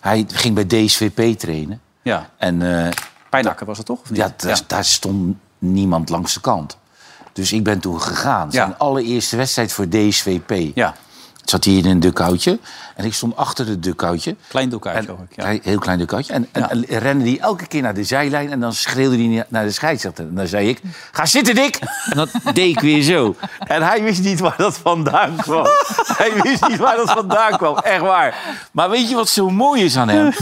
hij ging bij DSVP trainen.
Ja,
En eh,
pijnakker was het toch? Of niet?
ja, daar, daar stond niemand langs de kant. Dus ik ben toen gegaan.
Ja.
Zijn allereerste wedstrijd voor DSVP.
ja.
Zat hij in een duckoutje. En ik stond achter het duckoutje.
klein doek uit,
En-
hoor ik. Ja. *laughs*
Hij- Heel klein duckoutje. En, en, en rende hij elke keer naar de zijlijn. En dan schreeuwde hij na- naar de scheidsrechter. En dan zei ik, ga zitten, Dick! En dat deed ik weer zo. En hij wist niet waar dat vandaan *laughs* kwam. hij wist niet waar dat vandaan kwam. Echt waar. Maar weet je wat zo mooi is aan hem?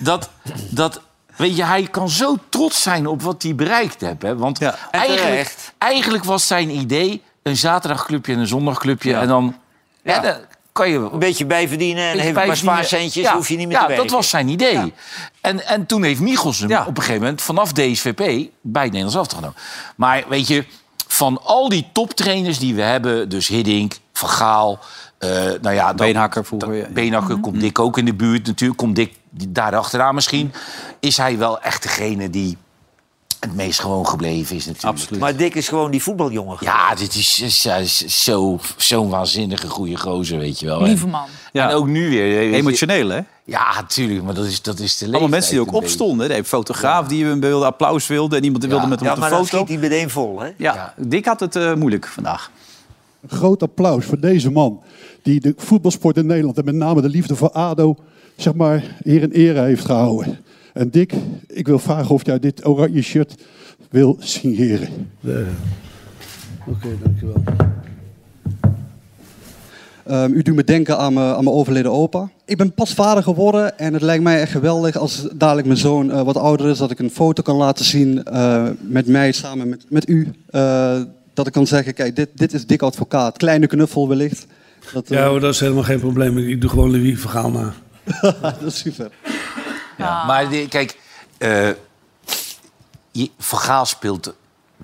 Dat... dat Weet je, hij kan zo trots zijn op wat hij bereikt heeft. Hè? Want
Ja.
eigenlijk,
terecht.
eigenlijk was zijn idee een zaterdagclubje en een zondagclubje. En dan, ja. dan kan je
Een beetje bijverdienen en even een paar
Vijftien-
spaarcentjes.
eh, Ja,
hoef je niet meer
ja,
te werken.
dat was zijn idee. En, en toen heeft Michels hem
Ja.
op een gegeven moment vanaf DSVP bij het Nederlands elftal genomen. Maar weet je, van al die toptrainers die we hebben, dus Hiddink, Van Gaal, eh, nou ja, dan-
Beenhakker vroeger,
dan-
ja. Mhm.
Beenhakker komt Dick ook in de buurt natuurlijk, komt Dick daarachteraan misschien. Is hij wel echt degene die het meest gewoon gebleven is natuurlijk.
Absoluut.
Maar Dick is gewoon die voetbaljongen.
Ja, dit is, is- is zo- zo'n waanzinnige goede gozer, weet je wel.
Lieve
En-
man.
Ja.
En ook nu weer. weet je,
Emotioneel, hè?
ja, natuurlijk, maar dat is, dat is de leeftijd.
Allemaal mensen die ook
een beetje.
opstonden. De fotograaf die hem wilde, applaus wilde. En iemand wilde met hem
Ja,
op de
maar dan
foto.
schiet hij meteen vol, hè?
Ja, Dick had het eh, moeilijk vandaag.
groot applaus voor deze man. Die de voetbalsport in Nederland en met name de liefde voor ADO, zeg maar, hier in ere heeft gehouden. En Dick, ik wil vragen of jij dit oranje shirt wil signeren. Ehm, u doet me denken aan mijn, aan mijn overleden opa. Ik ben pas vader geworden en het lijkt mij echt geweldig als dadelijk mijn zoon eh, wat ouder is, dat ik een foto kan laten zien eh, met mij samen met, met u. Eh, dat ik kan zeggen, kijk, dit, dit is Dick Advocaat. Kleine knuffel wellicht. Dat, eh,
Ja, hoor, dat is helemaal geen probleem. Ik doe gewoon Louis Vergaal na.
dat is super.
Ja. Maar die- kijk, eh je- Van Gaal speelt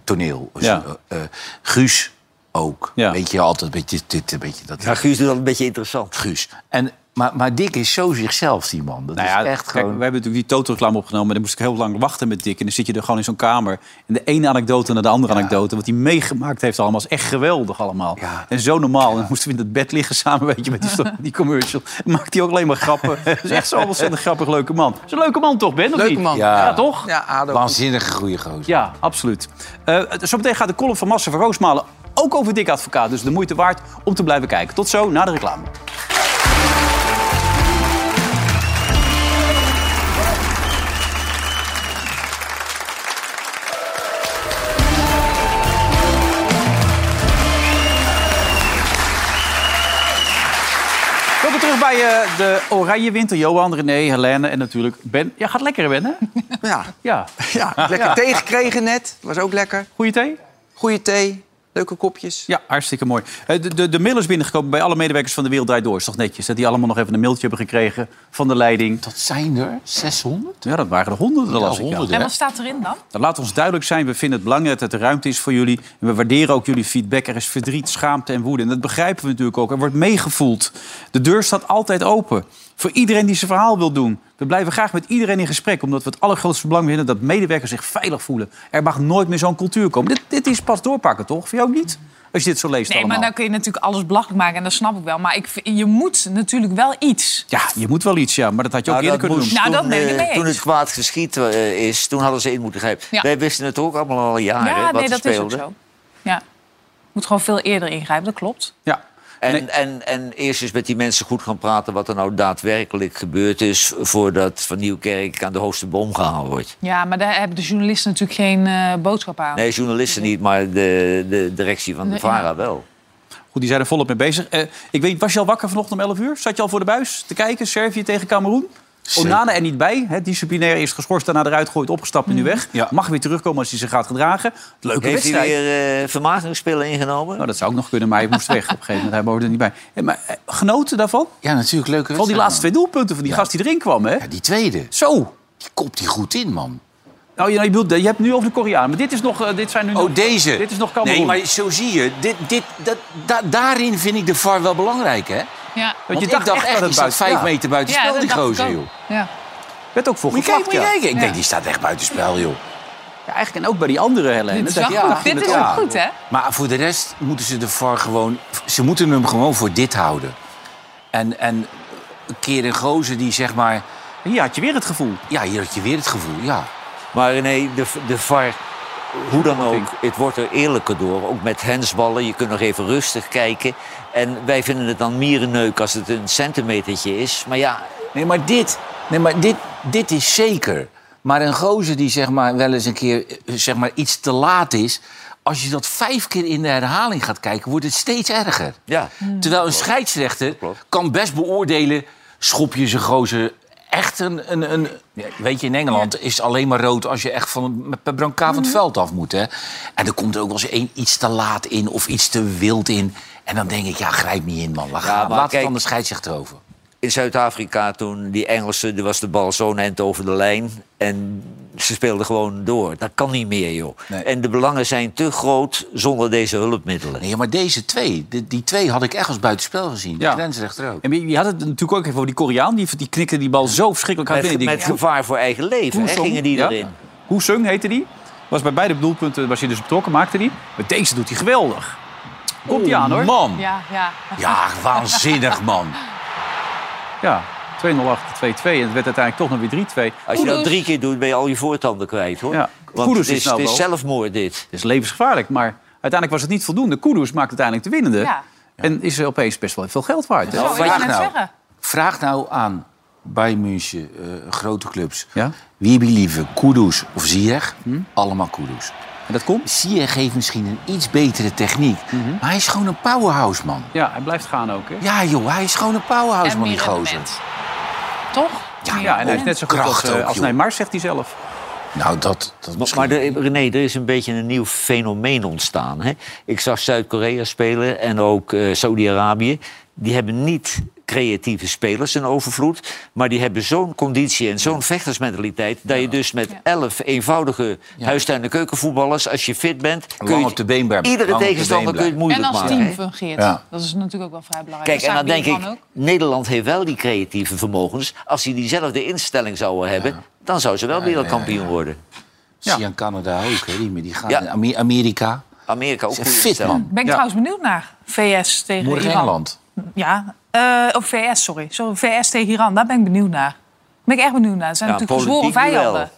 toneel.
Ja.
Eh, eh, Guus ook.
Ja.
Weet je, altijd een beetje dit, een beetje dat.
Ja, Guus doet dat een beetje interessant.
Guus. En, maar, maar Dick is zo zichzelf, die man. Dat
Nou
is
ja,
echt
kijk,
gewoon...
We hebben natuurlijk die Toto-reclame opgenomen. En dan moest ik heel lang wachten met Dick. En dan zit je er gewoon in zo'n kamer. En de ene anekdote naar de andere anekdote. Wat hij meegemaakt heeft allemaal. is echt geweldig allemaal.
Ja.
En zo normaal. En dan moesten we in het bed liggen samen weet je, met
*laughs*
die, die commercial. Dan maakt hij ook alleen maar grappen. Dat is echt zo'n ontzettend grappig leuke man. Dat is een leuke man toch, Ben? Of
Leuke
niet?
man.
Ja,
Ja.
toch?
Ja, Ado.
Waanzinnige goede gozer.
Ja, absoluut. Eh, zometeen gaat de column van Massa van Roosmalen ook over Dick Advocaat. Dus de moeite waard om te blijven kijken. Tot zo, na de reclame. Waarbij eh, de Oranje wint. door Johan, René, Helene en natuurlijk Ben. Ja, gaat lekker, Ben, hè?
Ja.
Ja.
ja lekker
Ja.
thee gekregen net. Was ook lekker.
Goeie thee?
Goeie thee. Leuke kopjes.
Ja, hartstikke mooi. Eh, De, de, de mail is binnengekomen bij alle medewerkers van de Wereld Draait Door. Is toch netjes dat die allemaal nog even een mailtje hebben gekregen van de leiding. Dat zijn er 600? Ja, dat waren er honderden, dat las ik. ja.
En wat staat erin dan?
Dan Laat ons duidelijk zijn, we vinden het belangrijk dat er ruimte is voor jullie. En we waarderen ook jullie feedback. Er is verdriet, schaamte en woede. En dat begrijpen we natuurlijk ook. Er wordt meegevoeld. De deur staat altijd open. Voor iedereen die zijn verhaal wil doen. We blijven graag met iedereen in gesprek. Omdat we het allergrootste belang vinden dat medewerkers zich veilig voelen. Er mag nooit meer zo'n cultuur komen. Dit, dit is pas doorpakken, toch? Vind je ook niet? Als je dit zo leest
Nee,
allemaal.
maar nou dan kun je natuurlijk alles belachelijk maken. En dat snap ik wel. Maar ik, vind- je moet natuurlijk wel iets.
Ja, je moet wel iets, ja. Maar dat had je ook eerder kunnen doen.
Nou, dat ben ik
eh,
mee eens.
Toen het kwaad geschiet eh, is, toen hadden ze in moeten grijpen.
Ja.
Wij wisten het ook allemaal al jaren,
ja,
wat
nee,
er
dat
speelde.
is ook zo. Ja. Moet gewoon veel eerder ingrijpen, dat klopt.
Ja.
En, en, en eerst eens met die mensen goed gaan praten wat er nou daadwerkelijk gebeurd is... voordat Van Nieuwkerk aan de hoogste boom gehaald wordt.
Ja, maar daar hebben de journalisten natuurlijk geen eh, boodschap aan.
Nee, journalisten niet, maar de, de directie van de
Nee,
VARA
ja.
wel.
Goed, die zijn er volop mee bezig. Eh, ik weet, was je al wakker vanochtend om 11 uur? Zat je al voor de buis te kijken? Servië tegen Cameroen? Onana er niet bij. Hè, disciplinair is geschorst, daarna eruit gegooid, opgestapt en nu weg. Mag weer terugkomen als hij zich gaat gedragen. Leuke
Heeft
wedstrijd.
hij weer eh vermagingspillen ingenomen?
Nou, dat zou ook nog kunnen, maar hij moest weg op een gegeven moment. Hij hoorde er niet bij. Eh, maar eh, genoten daarvan?
Ja, natuurlijk leuke
Van die
wedstrijd,
laatste twee
man.
doelpunten van die
Ja.
gast die erin kwam, hè?
Ja, die tweede.
Zo.
Die kopt die goed in, man.
Nou, je, nou, je, bedoelt, je hebt nu over de Koreanen, maar dit, is nog, eh, dit zijn nu nog...
Oh, deze.
Dit is nog Cameroen.
Nee, maar zo zie je. Dit, dit, dat, da- daarin vind ik de VAR wel belangrijk, hè?
Ja.
Want je dacht echt, die staat vijf
ja.
meter buiten
Ja,
spel,
dat
die
dacht ik
gozer,
ook.
joh.
Ja.
Werd ook voor
Moet je kijken,
gevlacht,
moet je kijken. Ik
Ja.
denk, die staat echt buiten spel, joh.
Ja, eigenlijk, en ook bij die andere, Helene.
Dit is
Dat-
wel
ja,
goed. Dit is wel
inderdaad.
goed, hè?
Maar voor de rest moeten ze de VAR gewoon... Ze moeten hem gewoon voor dit houden. En, en een keer een gozer die zeg maar...
Hier had je weer het gevoel.
Ja, hier had je weer het gevoel, ja.
Maar nee, de, de VAR, hoe dan ook, het wordt er eerlijker door. Ook met hensballen, je kunt nog even rustig kijken. En wij vinden het dan mierenneuk als het een centimetertje is. Maar ja,
Nee, maar dit, nee, maar dit, dit is zeker. Maar een gozer die zeg maar, wel eens een keer eh, zeg maar, iets te laat is... als je dat vijf keer in de herhaling gaat kijken, wordt het steeds erger.
ja.
Terwijl een scheidsrechter kan best beoordelen... schop je zijn gozer echt een... een, een Ja, weet je, in Engeland is het alleen maar rood... als je echt van, met per branca van het veld af moet. Hè? En er komt er ook wel eens één iets te laat in of iets te wild in... En dan denk ik, ja, grijp niet in, man. Laat, gaan.
maar
laat het
kijk-
aan de scheidsrechter over.
in Zuid-Afrika toen die Engelsen, er was de bal zo'n end over de lijn. En ze speelden gewoon door. Dat kan niet meer, joh.
Nee.
En de belangen zijn te groot zonder deze hulpmiddelen.
Nee, maar deze twee, de- die twee had ik echt als buitenspel gezien. De grensrechter ook.
En je- je had het natuurlijk ook even over die Koreaan. Die, die knikte die bal zo verschrikkelijk hard
Met,
binnen.
met gevaar voor eigen leven hè, gingen die erin.
Hoesung heette die. Was bij beide doelpunten was hij dus betrokken, maakte die. Maar deze doet hij geweldig. Komt hij aan, hoor.
Man,
Ja, ja.
ja,
*laughs*
waanzinnig man.
Ja, 2-0 achter 2-2. En het werd uiteindelijk toch nog weer 3-2.
Als je dat
Koeders.
drie keer doet, ben je al je voortanden kwijt, hoor.
Ja.
Want
Koeders
het
is
is,
nou
het is
wel-
zelfmoord, dit.
Het is levensgevaarlijk, maar uiteindelijk was het niet voldoende. Kudus maakt uiteindelijk de winnende.
Ja.
En is er opeens best wel veel geld waard. hè?
Zo, ik
vraag
wou net
nou.
zeggen.
Vraag nou aan bij München, eh, grote clubs.
Ja.
Wie hebben liever, Kudus of Ziyech? Allemaal Kudus.
En dat komt.
Ziyech heeft misschien een iets betere techniek. Maar hij is gewoon een powerhouse, man.
Ja, hij blijft gaan ook. Hè?
Ja, joh, hij is gewoon een powerhouse,
En
man, die
meer
gozer.
rendement. Toch?
Ja,
Ja, en hij is net zo goed
Kracht
als, eh,
ook,
als
joh.
Neymar, zegt hij zelf.
Nou, dat, dat
Maar,
misschien...
maar er, René, er is een beetje een nieuw fenomeen ontstaan. Hè? Ik zag Zuid-Korea spelen en ook eh Saudi-Arabië. Die hebben niet creatieve spelers in overvloed. Maar die hebben zo'n conditie en zo'n vechtersmentaliteit... dat je dus met elf eenvoudige huistuin- en keukenvoetballers... als je fit bent, kun
Lang
je
op de been blijven.
iedere
Lang op de
tegenstander
been
kun je het moeilijk
En als
maken.
team
hè.
fungeert.
Ja.
Dat is natuurlijk ook wel vrij belangrijk.
Kijk, en dan denk ik,
Sabi Ivan ook.
Nederland heeft wel die creatieve vermogens. Als die diezelfde instelling zouden hebben... dan zou ze wel wereldkampioen worden.
Zie je aan Canada ook, hè? Die, die gaan
Ja.
naar Amer- Amerika.
Amerika ook
Ze
goed
zijn fit, man.
Ben ik trouwens benieuwd naar. VS tegen
Morgen
Iran.
Engeland.
Ja. eh of VS, sorry. Zo, VS tegen Iran. Daar ben ik benieuwd naar. Ben ik echt benieuwd naar. Het zijn
Ja,
natuurlijk gezworen
politiek duel.
vijanden.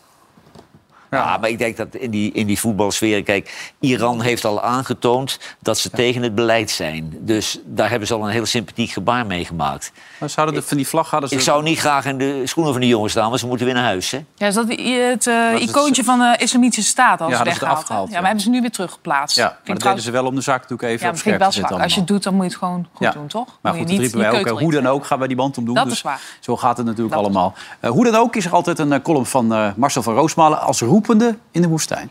Ja, maar ik denk dat in die, in die voetbalsfeer... Kijk, Iran heeft al aangetoond dat ze tegen het beleid zijn. Dus daar hebben ze al een heel sympathiek gebaar mee gemaakt.
Maar ze hadden de, van die vlag hadden ze...
Ik zou niet graag in de schoenen van die jongens staan, want ze moeten weer naar huis. Hè?
Ja, is dat i- het eh,
het-
icoontje van de Islamitische Staat als
Ja,
ze
dat is
weggehaald? hè?
afgehaald,
ja,
ja.
maar hebben ze nu weer teruggeplaatst.
Ja, maar
Vind
dat
ik trouwens-
deden ze wel om de zaak natuurlijk even
ja,
op
misschien
scherp
wel
te
zwak.
zetten.
Als je het doet, dan moet je het gewoon goed
Ja.
doen, toch?
Maar goed,
moet je
dat
niet
riepen wij ook. hè.
keutelen.
Hoe dan ook gaan wij die band omdoen.
Dat
dus
is waar.
Zo gaat het natuurlijk allemaal. Eh, hoe dan ook is er altijd een eh, column van eh, Marcel van Roosmalen... als roepende in de woestijn.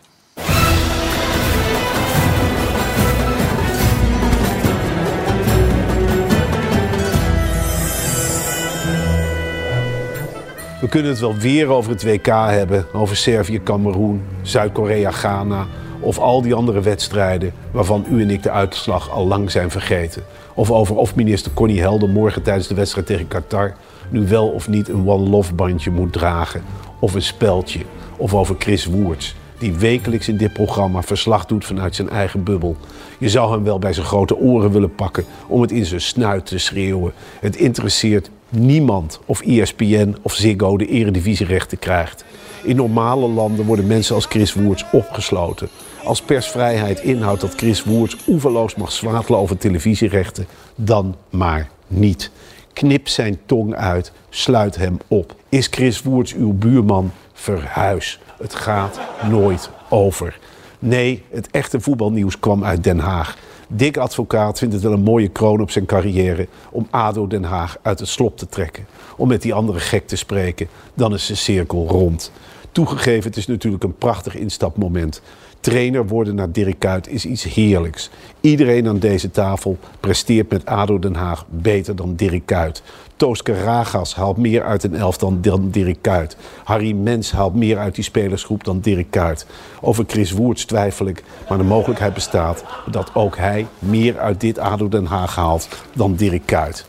We kunnen het wel weer over het WK hebben, over Servië, Cameroen, Zuid-Korea, Ghana of al die andere wedstrijden waarvan u en ik de uitslag al lang zijn vergeten. Of over of minister Connie Helder morgen tijdens de wedstrijd tegen Qatar nu wel of niet een One Love bandje moet dragen of een speldje. Of over Chris Woerts, die wekelijks in dit programma verslag doet vanuit zijn eigen bubbel. Je zou hem wel bij zijn grote oren willen pakken om het in zijn snuit te schreeuwen. Het interesseert niemand of E ESPN of Ziggo de eredivisierechten krijgt. In normale landen worden mensen als Chris Woerts opgesloten. Als persvrijheid inhoudt dat Chris Woerts oeverloos mag zwartelen over televisierechten, dan maar niet. Knip zijn tong uit, sluit hem op. Is Chris Woerts uw buurman? Verhuis. Het gaat nooit over. Nee, het echte voetbalnieuws kwam uit Den Haag. Dick Advocaat vindt het wel een mooie kroon op zijn carrière om ADO Den Haag uit het slop te trekken. Om met die andere gek te spreken, dan is de cirkel rond. Toegegeven, het is natuurlijk een prachtig instapmoment. Trainer worden naar Dirk Kuyt is iets heerlijks. Iedereen aan deze tafel presteert met ADO Den Haag beter dan Dirk Kuyt. Toos Karagas haalt meer uit een elf dan, dan Dirk Kuyt. Harry Mens haalt meer uit die spelersgroep dan Dirk Kuyt. Over Chris Woerts twijfel ik, maar de mogelijkheid bestaat... dat ook hij meer uit dit ADO Den Haag haalt dan Dirk Kuyt.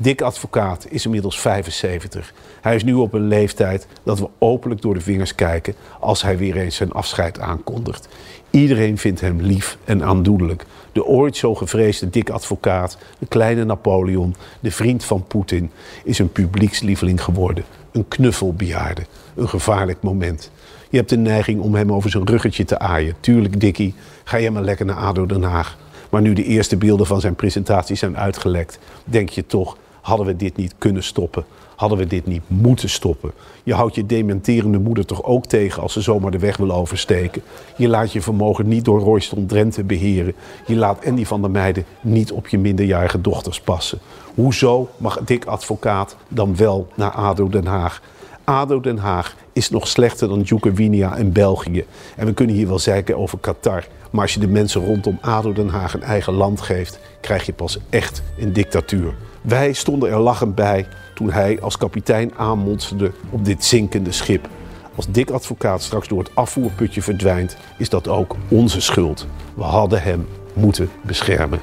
Dick Advocaat is inmiddels 75. Hij is nu op een leeftijd dat we openlijk door de vingers kijken als hij weer eens zijn afscheid aankondigt. Iedereen vindt hem lief en aandoenlijk. De ooit zo gevreesde Dick Advocaat, de kleine Napoleon, de vriend van Poetin, is een publiekslieveling geworden. Een knuffelbejaarde. Een gevaarlijk moment. Je hebt de neiging om hem over zijn ruggetje te aaien. Tuurlijk, Dikkie, ga jij maar lekker naar ADO Den Haag. Maar nu de eerste beelden van zijn presentatie zijn uitgelekt, denk je toch: hadden we dit niet kunnen stoppen? Hadden we dit niet moeten stoppen? Je houdt je dementerende moeder toch ook tegen als ze zomaar de weg wil oversteken? Je laat je vermogen niet door Royston Drenthe beheren. Je laat Andy van der Meijden niet op je minderjarige dochters passen. Hoezo mag Dick Advocaat dan wel naar ADO Den Haag? ADO Den Haag is nog slechter dan Djokovinia en België. En we kunnen hier wel zeiken over Qatar. Maar als je de mensen rondom ADO Den Haag een eigen land geeft... krijg je pas echt een dictatuur. Wij stonden er lachend bij toen hij als kapitein aanmonsterde op dit zinkende schip. Als Dick Advocaat straks door het afvoerputje verdwijnt... is dat ook onze schuld. We hadden hem moeten beschermen.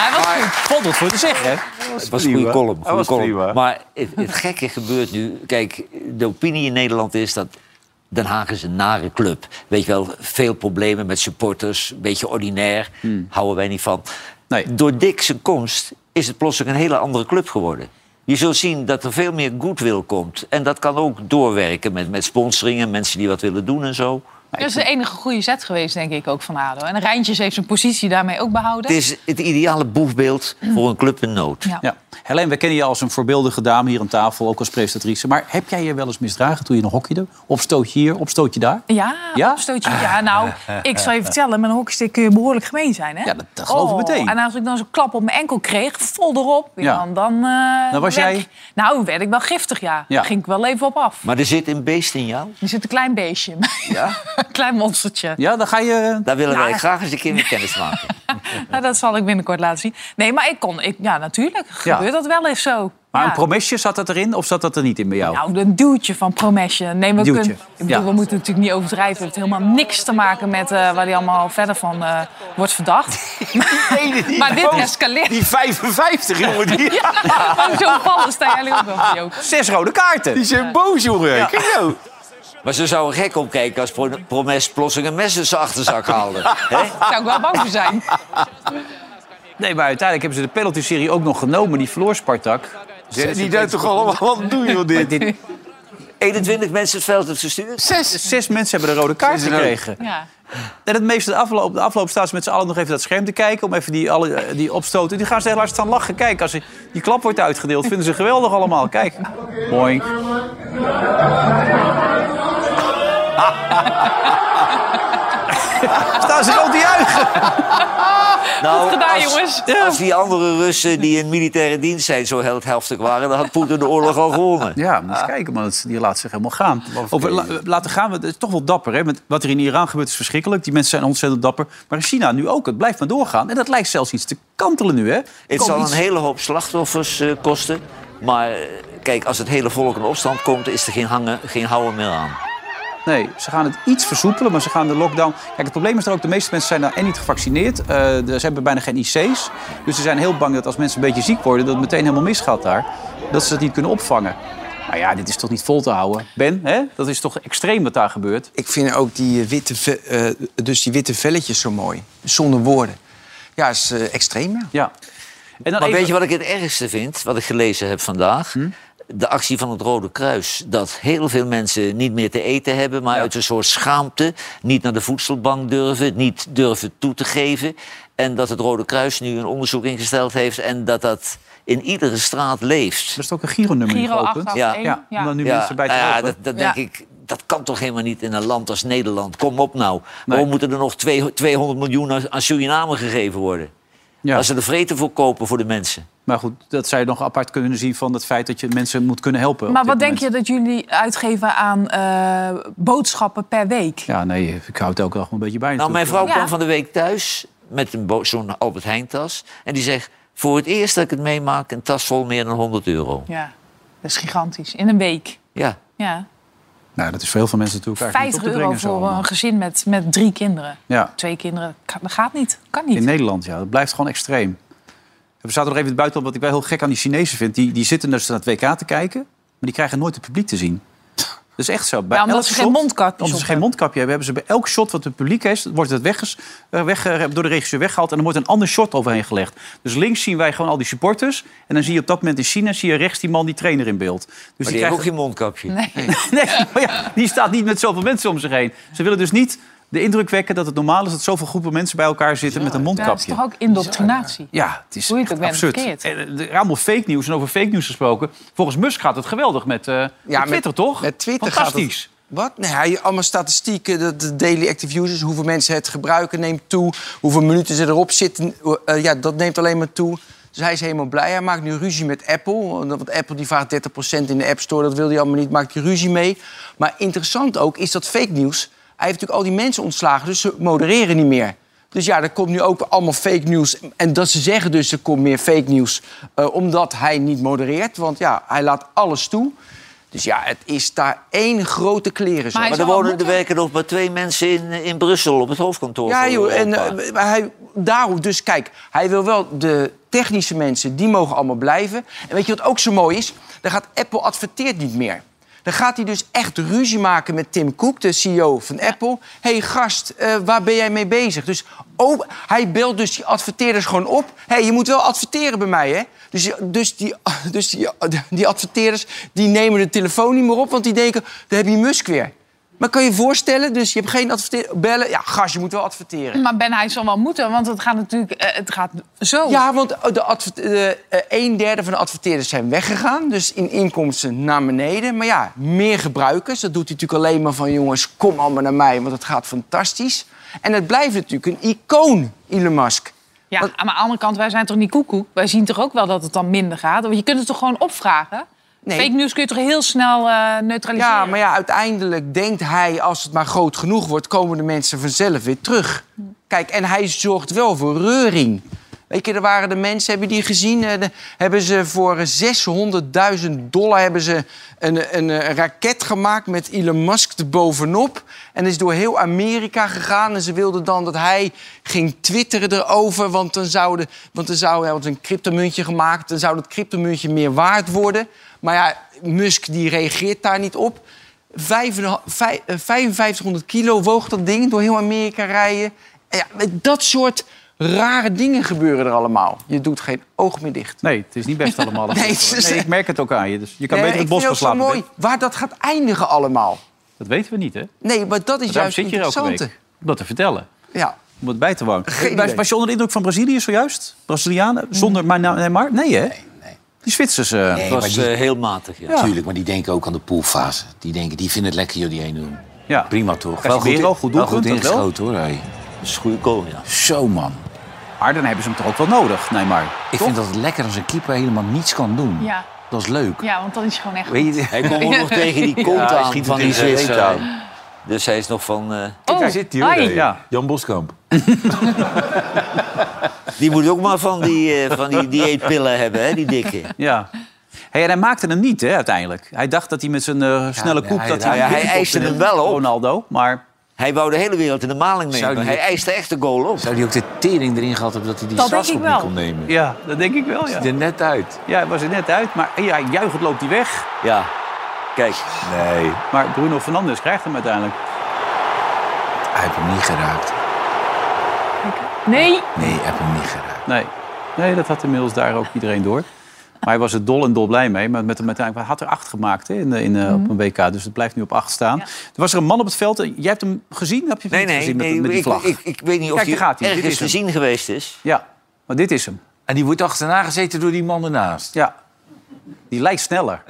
Hij was goed.
Vond het voor te zeggen, hè?
Het was een goede
prima.
column.
Dat was
goede
prima.
column. Maar het, het gekke gebeurt nu. Kijk, de opinie in Nederland is dat Den Haag is een nare club. Weet je wel, veel problemen met supporters. Een beetje ordinair.
Hmm.
Houden wij niet van. Door Dick zijn komst is het plotseling een hele andere club geworden. Je zult zien dat er veel meer goodwill komt. En dat kan ook doorwerken met, met sponsoring en mensen die wat willen doen en zo.
Dat is de enige goede zet geweest, denk ik, ook van ADO. En Rijntjes heeft zijn positie daarmee ook behouden.
Het is het ideale boegbeeld voor een club in nood.
Ja.
Ja. Helene, we kennen je als een voorbeeldige dame hier aan tafel, ook als presentatrice. Maar heb jij je wel eens misdragen toen je nog hockeyde? Opstootje hier, opstootje daar?
Ja,
Ja?
opstootje. Ja,
*laughs*
nou, ik zal je vertellen, met een hockeystick kun je behoorlijk gemeen zijn, hè? Oh,
Ja, dat- dat geloof ik meteen.
En als ik dan zo'n klap op mijn enkel kreeg, vol erop, ja,
Ja.
dan... Dan, eh,
was
werd
jij-
ik- nou, werd ik wel giftig, ja.
Ja.
ging ik wel even op af.
Maar er zit een beest in jou.
Er zit een klein beestje *laughs* in mij. een klein monstertje.
Ja, dan ga je...
Daar willen wij
Ja.
graag eens een keer mee kennis maken.
Nou, dat zal ik binnenkort laten zien. Nee, maar ik kon... Ik, ja, natuurlijk
Ja.
gebeurt dat wel eens zo.
Maar
Ja.
een promesje, zat dat erin of zat dat er niet in bij jou?
Nou, een duwtje van Promesje. Nee, we,
Duwtje,
kunnen, ik bedoel,
ja.
we moeten natuurlijk niet overdrijven. Het heeft helemaal niks te maken met eh, waar hij allemaal verder van eh, wordt verdacht. maar dit escaleert.
Die 55, jongen.
*laughs*
Die,
Maar zo vallen staan jullie ook wel voor Joop.
Zes rode kaarten.
die zijn boos, jongen. Kijk nou.
Maar ze zou er gek opkijken als Pro- Promes plotseling een mes in zijn achterzak haalde. *laughs* Hè?
Daar zou ik wel bang voor zijn.
Nee, maar uiteindelijk hebben ze de penalty-serie ook nog genomen. Die verloor Spartak.
Zet die duidt toch allemaal, wat doe je dit? dit
21 mensen het veld hebben gestuurd?
Zes. Zes mensen hebben de rode kaart
Zes rood.
gekregen. En het meeste de afloop, de afloop staan ze met z'n allen nog even dat scherm te kijken... om even die, alle, eh, die opstoten. Die gaan ze helaas staan lachen. Kijk, als die- die klap wordt uitgedeeld, vinden ze geweldig allemaal. Kijk. Mooi. *laughs* staan ze al te juichen.
Nou,
gedaan,
als,
jongens.
Als die andere Russen die in militaire dienst zijn zo heldhaftig waren... dan had Poetin de oorlog al
*laughs*
gewonnen.
Ja, moet eens kijken, maar dat- die laat zich helemaal gaan. Over la- laten gaan, want het is toch wel dapper. Hè? Want wat er in Iran gebeurt is verschrikkelijk. Die mensen zijn ontzettend dapper. Maar in China nu ook. Het blijft maar doorgaan. En dat lijkt zelfs iets te kantelen nu. Hè? Er
Het
komt
zal
iets-
een hele hoop slachtoffers eh, kosten. Maar eh, kijk, als het hele volk in opstand komt... is er geen, hangen, geen houden meer aan.
Nee, ze gaan het iets versoepelen, maar ze gaan de lockdown... Kijk, het probleem is dat ook de meeste mensen zijn nou en niet gevaccineerd. Eh, de- ze hebben bijna geen IC's. Dus ze zijn heel bang dat als mensen een beetje ziek worden... dat het meteen helemaal misgaat daar. Dat ze dat niet kunnen opvangen. Nou ja, dit is toch niet vol te houden? Ben, hè? dat is toch extreem wat daar gebeurt?
Ik vind ook die eh, witte, ve- eh, dus die witte velletjes zo mooi. Zonder woorden. Ja, is eh, extreem, ja.
Ja. En dan
maar
Nou, even- Hm?
weet je wat ik het ergste vind, wat ik gelezen heb vandaag? De actie van het Rode Kruis. Dat heel veel mensen niet meer te eten hebben, maar uit een soort schaamte niet naar de voedselbank durven, niet durven toe te geven. En dat het Rode Kruis nu een onderzoek ingesteld heeft en dat dat in iedere straat leeft. Er
is ook een Giro-nummer
Giro geopend. 881,
Ja.
ja. om dan nu
mensen bij te
nou ja,
helpen.
dat, dat
Ja.
denk ik, dat kan toch helemaal niet in een land als Nederland. Kom op nou. Waarom moeten er nog twee- 200 miljoen aan- aan Suriname gegeven worden?
Ja.
Als ze er vreten voor kopen voor de mensen.
Maar goed, dat zou je nog apart kunnen zien van het feit... dat je mensen moet kunnen helpen. op
Maar
dit
wat denk
moment.
je dat jullie uitgeven aan eh, boodschappen per week?
Ja, nee, ik hou het elke dag wel een beetje bij.
Nou, mijn vrouw
Ja.
kwam van de week thuis met een bo- zo'n Albert Heijn-tas. En die zegt, voor het eerst dat ik het meemaak, een tas vol meer dan 100 euro.
Ja, dat is gigantisch. In een week.
Ja,
Ja.
Nou, dat is voor heel veel mensen natuurlijk eigenlijk
50
niet op te brengen. zo
euro voor
allemaal.
een gezin met, met drie kinderen.
Ja.
Twee kinderen, Ka- dat gaat niet. Kan niet.
In Nederland, ja. Dat blijft gewoon extreem. We zaten nog even in het buitenland, wat ik wel heel gek aan die Chinezen vind. Die, die zitten dus naar het WK te kijken, maar die krijgen nooit het publiek te zien. Dat is echt zo. Bij
Ja, omdat
elk
ze geen
shot-
mondkapjes
Omdat
op
ze geen mondkapje hebben, hebben ze bij elk shot wat het publiek heeft... wordt het wegges, eh, weg, eh, door de regisseur weggehaald en dan wordt een ander shot overheen gelegd. Dus links zien wij gewoon al die supporters. En dan zie je op dat moment in China zie je rechts die man, die trainer in beeld. Dus
maar die heeft ook geen mondkapje.
*laughs* Nee, maar ja, die staat niet met zoveel mensen om zich heen. Ze willen dus niet de indruk wekken dat het normaal is... dat zoveel groepen mensen bij elkaar zitten met een
Ja, dat is
mondkapje.
toch ook indoctrinatie?
Ja, het is
Hoe je het ook
echt
bent
absurd.
verkeerd.
En, eh, er- allemaal fake nieuws en over fake nieuws gesproken. Volgens Musk gaat het geweldig met, eh, met Twitter, toch?
Met Twitter
Fantastisch.
Gaat het, wat? Nee, hij, allemaal statistieken, de, de daily active users, hoeveel mensen het gebruiken neemt toe, hoeveel minuten ze erop zitten, eh, ja, dat neemt alleen maar toe. Dus hij is helemaal blij. Hij maakt nu ruzie met Apple. Want Apple die vraagt 30% in de App Store. Dat wil hij allemaal niet. Maakt hij ruzie mee. Maar interessant ook is dat fake nieuws. Hij heeft natuurlijk al die mensen ontslagen. Dus ze modereren niet meer. Dus ja, er komt nu ook allemaal fake nieuws. En dat ze zeggen dus er komt meer fake nieuws. eh, omdat hij niet modereert. Want ja, hij laat alles toe. Dus ja, het is daar één grote kleren.
Maar, er, wonen, er werken nog maar twee mensen in, in Brussel op het hoofdkantoor.
Ja,
van
joh, en
Europa.
eh, maar hij, daarom, dus kijk, hij wil wel de technische mensen, die mogen allemaal blijven. En weet je wat ook zo mooi is? Dan gaat Apple adverteert niet meer. Dan gaat hij dus echt ruzie maken met Tim Cook, de CEO van Apple. Hé hey, gast, eh, waar ben jij mee bezig? Dus oh, hij belt dus die adverteerders gewoon op. Hé, hey, je moet wel adverteren bij mij, hè? Dus, dus, die, *laughs* dus die, die adverteerders die nemen de telefoon niet meer op... want die denken, daar heb je Musk weer. Maar kan je je voorstellen, dus je hebt geen adverteren... bellen, ja, gast, je moet wel adverteren.
Maar Ben, hij zal wel moeten, want het gaat natuurlijk eh, het gaat zo.
Ja, want oh, de adver- de, eh, een derde van de adverteerders zijn weggegaan. Dus in inkomsten naar beneden. Maar ja, meer gebruikers. Dat doet hij natuurlijk alleen maar van... jongens, kom allemaal naar mij, want het gaat fantastisch. En het blijft natuurlijk een icoon, Elon Musk.
Ja, aan de andere kant, wij zijn toch niet koekoek? Wij zien toch ook wel dat het dan minder gaat? Want je kunt het toch gewoon opvragen?
Nee.
Fake nieuws kun je toch heel snel eh, neutraliseren?
Ja, maar ja, uiteindelijk denkt hij... als het maar groot genoeg wordt, komen de mensen vanzelf weer terug. Kijk, en hij zorgt wel voor reuring. Weet je, er waren de mensen, hebben die gezien? eh, de- hebben ze voor eh, 600.000 dollar hebben ze een, een, eh, raket gemaakt met Elon Musk erbovenop. En is door heel Amerika gegaan. En ze wilden dan dat hij ging twitteren erover. Want dan zouden, want dan zou hij had een cryptomuntje gemaakt. Dan zou dat cryptomuntje meer waard worden. Maar ja, Musk die reageert daar niet op. Vijf en een ha- vij- eh, 5500 kilo woog dat ding door heel Amerika rijden. En Ja, met dat soort rare dingen gebeuren er allemaal. Je doet geen oog meer dicht.
Nee, het is niet best allemaal.
*laughs* Nee, het is-
nee, ik merk het ook aan je. Dus je kan
Nee,
beter het
ik vind
bos
het ook zo
verslapen.
mooi waar dat gaat eindigen allemaal.
Dat weten we niet, hè?
Nee, maar dat is
Maar daarom
juist
zit je er elke
interessante.
week. Om dat te vertellen.
Ja.
Om het bij te wonen.
Geen
Was-
idee. Mm.
Was je onder de indruk van Brazilië zojuist? Brazilianen? Zonder maar Neymar? Nee, hè? Die Zwitsers... eh,
Nee,
was,
maar die-
eh,
heel matig, ja.
Natuurlijk, maar die denken ook aan de poolfase. Die denken, die vinden het lekker, jullie 1 doen.
Ja.
Prima toch?
Casemiro, goed
wel
doelpunt, dat
goed
wel.
ingeschoten hoor. Hey.
Dat is een goede goal, ja.
Zo man.
Maar dan hebben ze hem toch ook wel nodig, Neymar?
Ik vind dat lekker als een keeper helemaal niets kan doen.
Ja.
Dat is leuk.
ja, want dan is je gewoon echt...
Weet je,
Hij kon ook nog tegen die kont
Ja, hij
aan
schiet
van
het
die
in zijn
Zwitser.
reet aan.
Dus hij is nog van... eh,
Oh, daar zit hij, hoor, ai. daar.
Jan Boskamp.
Die moet ook maar van die, *laughs* eh, van die dieetpillen hebben, hè, die dikke.
Ja. Hey, en hij maakte hem niet, hè, uiteindelijk. Hij dacht dat hij met zijn eh, snelle koep...
hij-
dat
hij- hij eiste hem wel op.
Ronaldo, maar...
Hij wou de hele wereld in de maling nemen.
Zou die-
Hij eiste echt de goal op.
Zou die ook de tering erin gehad hebben dat hij die
Dat denk
straf op
ik
niet
wel.
kon nemen?
Ja, dat denk ik wel,
Is
ja.
hij er net uit?
Dus Ja, hij was er net uit, maar ja, juichend loopt hij weg.
Ja, kijk.
Nee,
Maar Bruno Fernandes krijgt hem uiteindelijk.
hij heeft hem niet geraakt.
Nee,
Nee, hij heeft hem niet geraakt.
Nee. nee, dat had inmiddels daar ook iedereen door. Maar hij was er dol en dol blij mee. Maar met, met, hij had er acht gemaakt hè, in, eh, in, eh,
Mhm.
op een WK. Dus het blijft nu op acht staan. Er was er een man op het veld. eh, Jij hebt hem gezien? Heb je hem
Nee,
niet
nee,
gezien met,
nee,
met die
ik,
vlag?
ik, ik weet niet of
Kijk, daar gaat
hij
hij. Dit
ergens
is
te
hem.
zien geweest is.
Ja, maar dit is hem.
En die wordt achterna gezeten door die man ernaast.
Ja. Die lijkt sneller.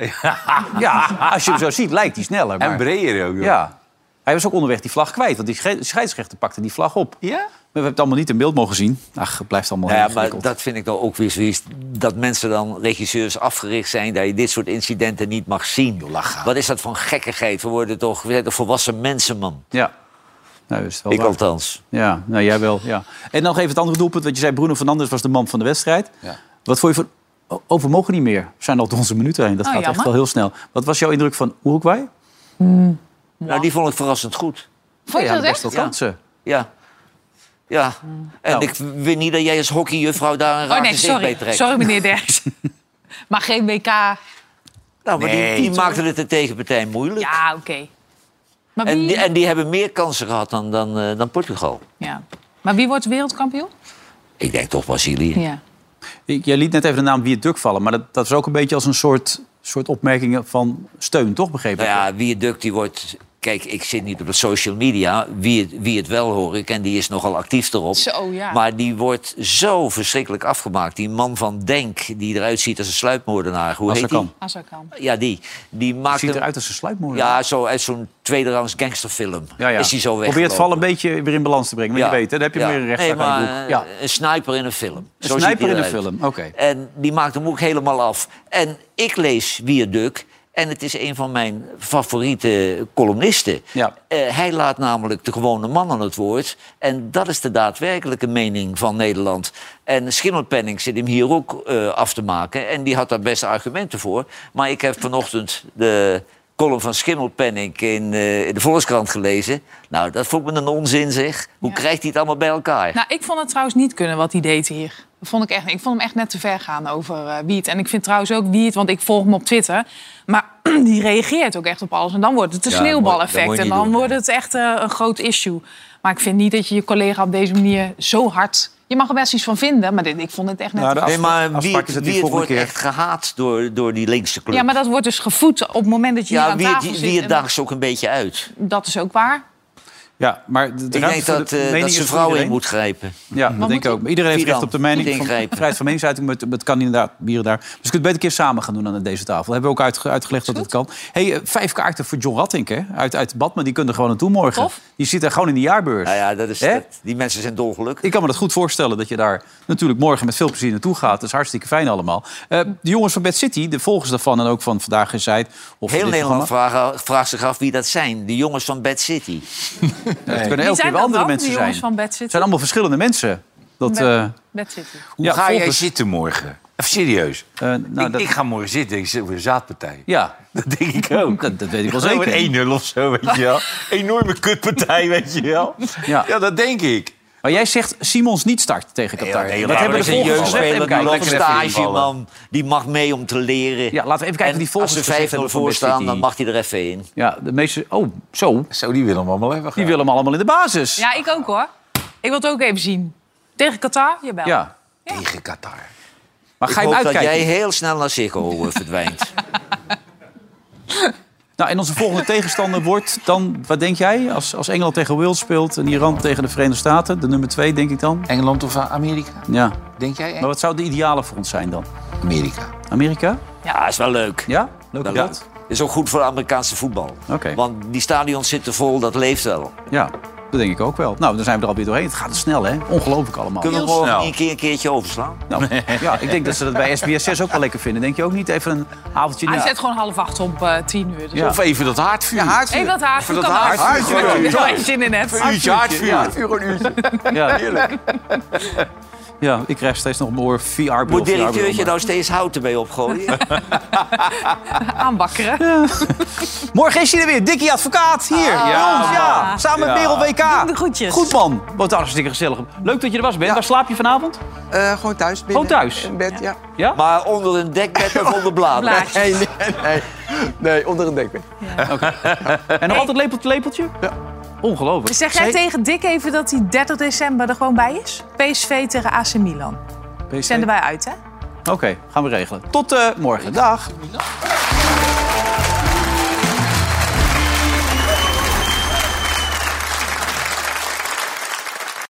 Ja, als je hem zo ziet, lijkt hij sneller. Maar,
En breder ook. joh.
ja. Hij was ook onderweg die vlag kwijt. Want die sche- scheidsrechter pakte die vlag op.
Ja?
Maar we hebben het allemaal niet in beeld mogen zien. Ach, het blijft allemaal heel
Ja, maar
ingewikkeld.
dat vind ik dan ook weer zoiets. Dat mensen dan, regisseurs, afgericht zijn... dat je dit soort incidenten niet mag zien. Wat is dat voor gekkigheid? We, worden toch, we zijn toch volwassen mensen, man?
Ja. Nou, is het wel
Ik
waar.
althans.
Ja, nou jij wel. Ja. En nog even het andere doelpunt. Want je zei Bruno Fernandes was de man van de wedstrijd.
Ja.
Wat vond je van... o- Over mogen niet meer. We zijn al door onze minuten heen. Dat
Oh,
gaat echt
jammer.
wel heel snel. Wat was jouw indruk van Uruguay?
Nou, die vond ik verrassend goed.
vond je
ja,
dat
best
echt?
wel kansen.
Ja. Ja. En
Nou.
ik weet niet dat jij als hockeyjuffrouw daar een raar
Oh nee,
gezicht bij
sorry.
trekt.
Sorry, meneer Derks. maar geen WK.
Nou, maar
Nee,
die, die
toch?
maakte het de tegenpartij moeilijk.
Ja, oké. Maar,
En,
wie...
die, en die hebben meer kansen gehad dan, dan, eh, dan Portugal.
ja. maar wie wordt wereldkampioen?
Ik denk toch Brazilië.
Ja.
Ik- Jij liet net even de naam Duk vallen. Maar dat, dat is ook een beetje als een soort, soort opmerking van steun, toch? Begrepen?
Nou ja, wie het dukt, die wordt... Kijk, ik zit niet op de social media. Wie het, wie het wel hoor ik, en die is nogal actief erop.
Zo, ja.
Maar die wordt zo verschrikkelijk afgemaakt. Die man van Denk, die eruit ziet als een sluipmoordenaar. Hoe
Als
heet
dat kan.
Als dat kan.
die? Ja, die. Die maakt
Ziet
hem-
eruit als een sluipmoord.
Ja, zo, uit zo'n tweederangs gangsterfilm is hij zo weg.
Probeer het val een beetje weer in balans te brengen. Want je weet, hè, dan heb je
meer
hem weer een
nee,
rechtszaak aan
maar,
je broek. Ja.
eh, Een sniper in een film.
Een
Zo ziet
sniper
hij
in een
eruit.
film, oké.
En die maakt hem ook helemaal af. En ik lees Wierduk. En het is een van mijn favoriete columnisten.
Ja.
Eh, hij laat namelijk de gewone man aan het woord. En dat is de daadwerkelijke mening van Nederland. En Schimmelpenning zit hem hier ook eh, af te maken. En die had daar best argumenten voor. Maar ik heb vanochtend de column van Schimmelpenning in, eh, in de Volkskrant gelezen. Nou, dat vond ik me een onzin, zeg. Hoe krijgt hij het allemaal bij elkaar?
Nou, ik vond het trouwens niet kunnen wat hij deed hier. Dat vond ik, echt, ik vond hem echt net te ver gaan over eh, Wiet. En ik vind trouwens ook Wiet, want ik volg hem op Twitter. Maar *clears throat* die reageert ook echt op alles. En dan wordt het een
Ja, dat moet
sneeuwbaleffect.
je
En
niet
dan
doen,
wordt
nee.
het echt eh, een groot issue. Maar ik vind niet dat je je collega op deze manier zo hard... Je mag er best iets van vinden, maar dit, ik vond het echt net
Nou,
te
de
ver.
Nee, maar
Afspraak
wie
is het
het,
die
wie het
volgende
wordt
keer.
echt gehaat door, door die linkse club.
Ja, maar dat wordt dus gevoed op het moment dat je hier
Ja,
aan
wie,
tafel
het-
zit.
wie het
En
daagt ook een beetje uit.
Dat is ook waar.
Ja, maar de- de
Ik
ruimte
denk
voor de
dat, eh,
mening
dat
is
ze
voor
vrouwen in
iedereen.
moet grijpen.
Ja, dat denk
moet
ik ook. Iedereen heeft
Wie
recht
dan?
op de mening.
Moet
Van,
ingrijpen.
vrijheid van meningsuiting, maar het, het kan inderdaad hier en daar. Dus je kunt het beter een keer samen gaan doen aan deze tafel. Dat hebben we ook uitge- uitgelegd dat het kan. hey, eh, vijf kaarten voor John Rattink, hè? Uit, uit Badman, die kunnen er gewoon naartoe morgen.
Tof.
Die zit er gewoon in de jaarbeurs.
Nou ja, dat is,
Hè?
dat- die mensen zijn dolgelukkig.
Ik kan me dat goed voorstellen dat je daar natuurlijk morgen met veel plezier naartoe gaat. Dat is hartstikke fijn allemaal. Eh, de jongens van Bad City, de volgers daarvan en ook van Vandaag in Zuid. Of
Heel
dit programma.
Nederland vraagt, vraagt zich af wie dat zijn. De jongens van Bad City.
Ja, Het kunnen
Wie
elke keer
zijn
weer
dat
andere
dan,
mensen
die
zijn.
jongens
Het
van Bad City?
zijn allemaal verschillende mensen. Dat,
Bad,
eh,
Bad City.
Hoe
Ja,
ga jij
volgens-
zitten morgen? Even serieus.
eh, nou,
ik,
dat-
ik ga morgen zitten. Ik zit voor een zaadpartij.
ja,
Dat denk ik
*laughs*
ook.
dat, dat weet ik wel
Gewoon
zeker.
een 1-0 of zo, weet je *laughs* wel. Enorme kutpartij, weet je wel.
Ja.
Ja, dat denk ik.
Maar jij zegt Simons niet start tegen Qatar.
Nee, heel
dat
Nou,
raar.
hebben
Maar
de
dat is een
volgers gezegd.
jeugdspeler
Even
die
kijken.
loopt
Laten we even
stage,
invallen.
man. Die mag mee om te leren.
Ja, laten we even kijken
en
wie die volgers
Als ze
gezegd
5
hebben van
voor
Bad
staan,
City.
dan mag hij er even in.
Ja, de meeste... Oh, zo.
Zo, die willen hem allemaal even
Die
gaan.
willen hem allemaal in de basis.
Ja, ik ook hoor. Ik wil het ook even zien. Tegen Qatar? Jawel.
Ja.
Tegen Qatar.
Maar ga je
ik
hem
hoop dat
uitkijken?
jij heel snel naar Sikko eh,
*laughs*
verdwijnt.
Nou, en onze volgende tegenstander wordt dan, wat denk jij, als, als Engeland tegen Wales speelt en Iran tegen de Verenigde Staten, de nummer twee, denk ik dan?
Engeland of eh, Amerika?
Ja.
Denk jij?
Maar wat zou de ideale voor ons zijn dan?
Amerika.
Amerika?
Ja, Ah, is wel leuk.
Ja?
Leuk
dat?
Is ook goed voor het Amerikaanse voetbal.
Oké.
Want die stadions zitten vol, dat leeft wel.
Ja, dat denk ik ook wel. Nou, dan zijn we er alweer doorheen. Het gaat snel, hè? Ongelooflijk allemaal.
Kunnen we
Heel
morgen
snel.
een, keer, een keertje overslaan?
Nou, ja, ik denk dat ze dat bij SBS6 ook wel lekker vinden. Denk je ook niet? Even een avondje...
Hij
na-
zet gewoon half acht op eh, tien uur. Dus
Ja.
ook-
even dat haardvuur.
Even dat haardvuur kan ook.
Haardvuur.
Waar je zin in hebt.
Een
*laughs*
uurtje haardvuur. Haardvuur,
een uurtje.
Ja. Ja, ik krijg steeds nog mijn VR-bril.
Moet directeurtje nou steeds houten mee
*laughs*
opgooien?
Aanbakkeren.
Morgen is hij er weer. Dikkie Advocaat hier.
Ja.
Ons, Oh. ja. Samen met
Ja.
Merel WK.
Doe de groetjes.
Goed man. Wat hartstikke gezellig. Leuk dat je er was, Ben. Waar slaap je vanavond?
Eh, gewoon thuis. Binnen.
Gewoon thuis?
In bed, ja.
Ja?
Maar onder een dekbed of onder bladen?
Nee, nee, nee. Nee, onder een dekbed.
En nog altijd lepeltje, lepeltje? Ja. Ongelooflijk.
Zeg jij
Ze-
tegen Dick even dat hij 30 december er gewoon bij is? PSV tegen AC Milan.
PSV?
Zenden wij uit, hè?
Oké, gaan we regelen. Tot eh, morgen. Dag.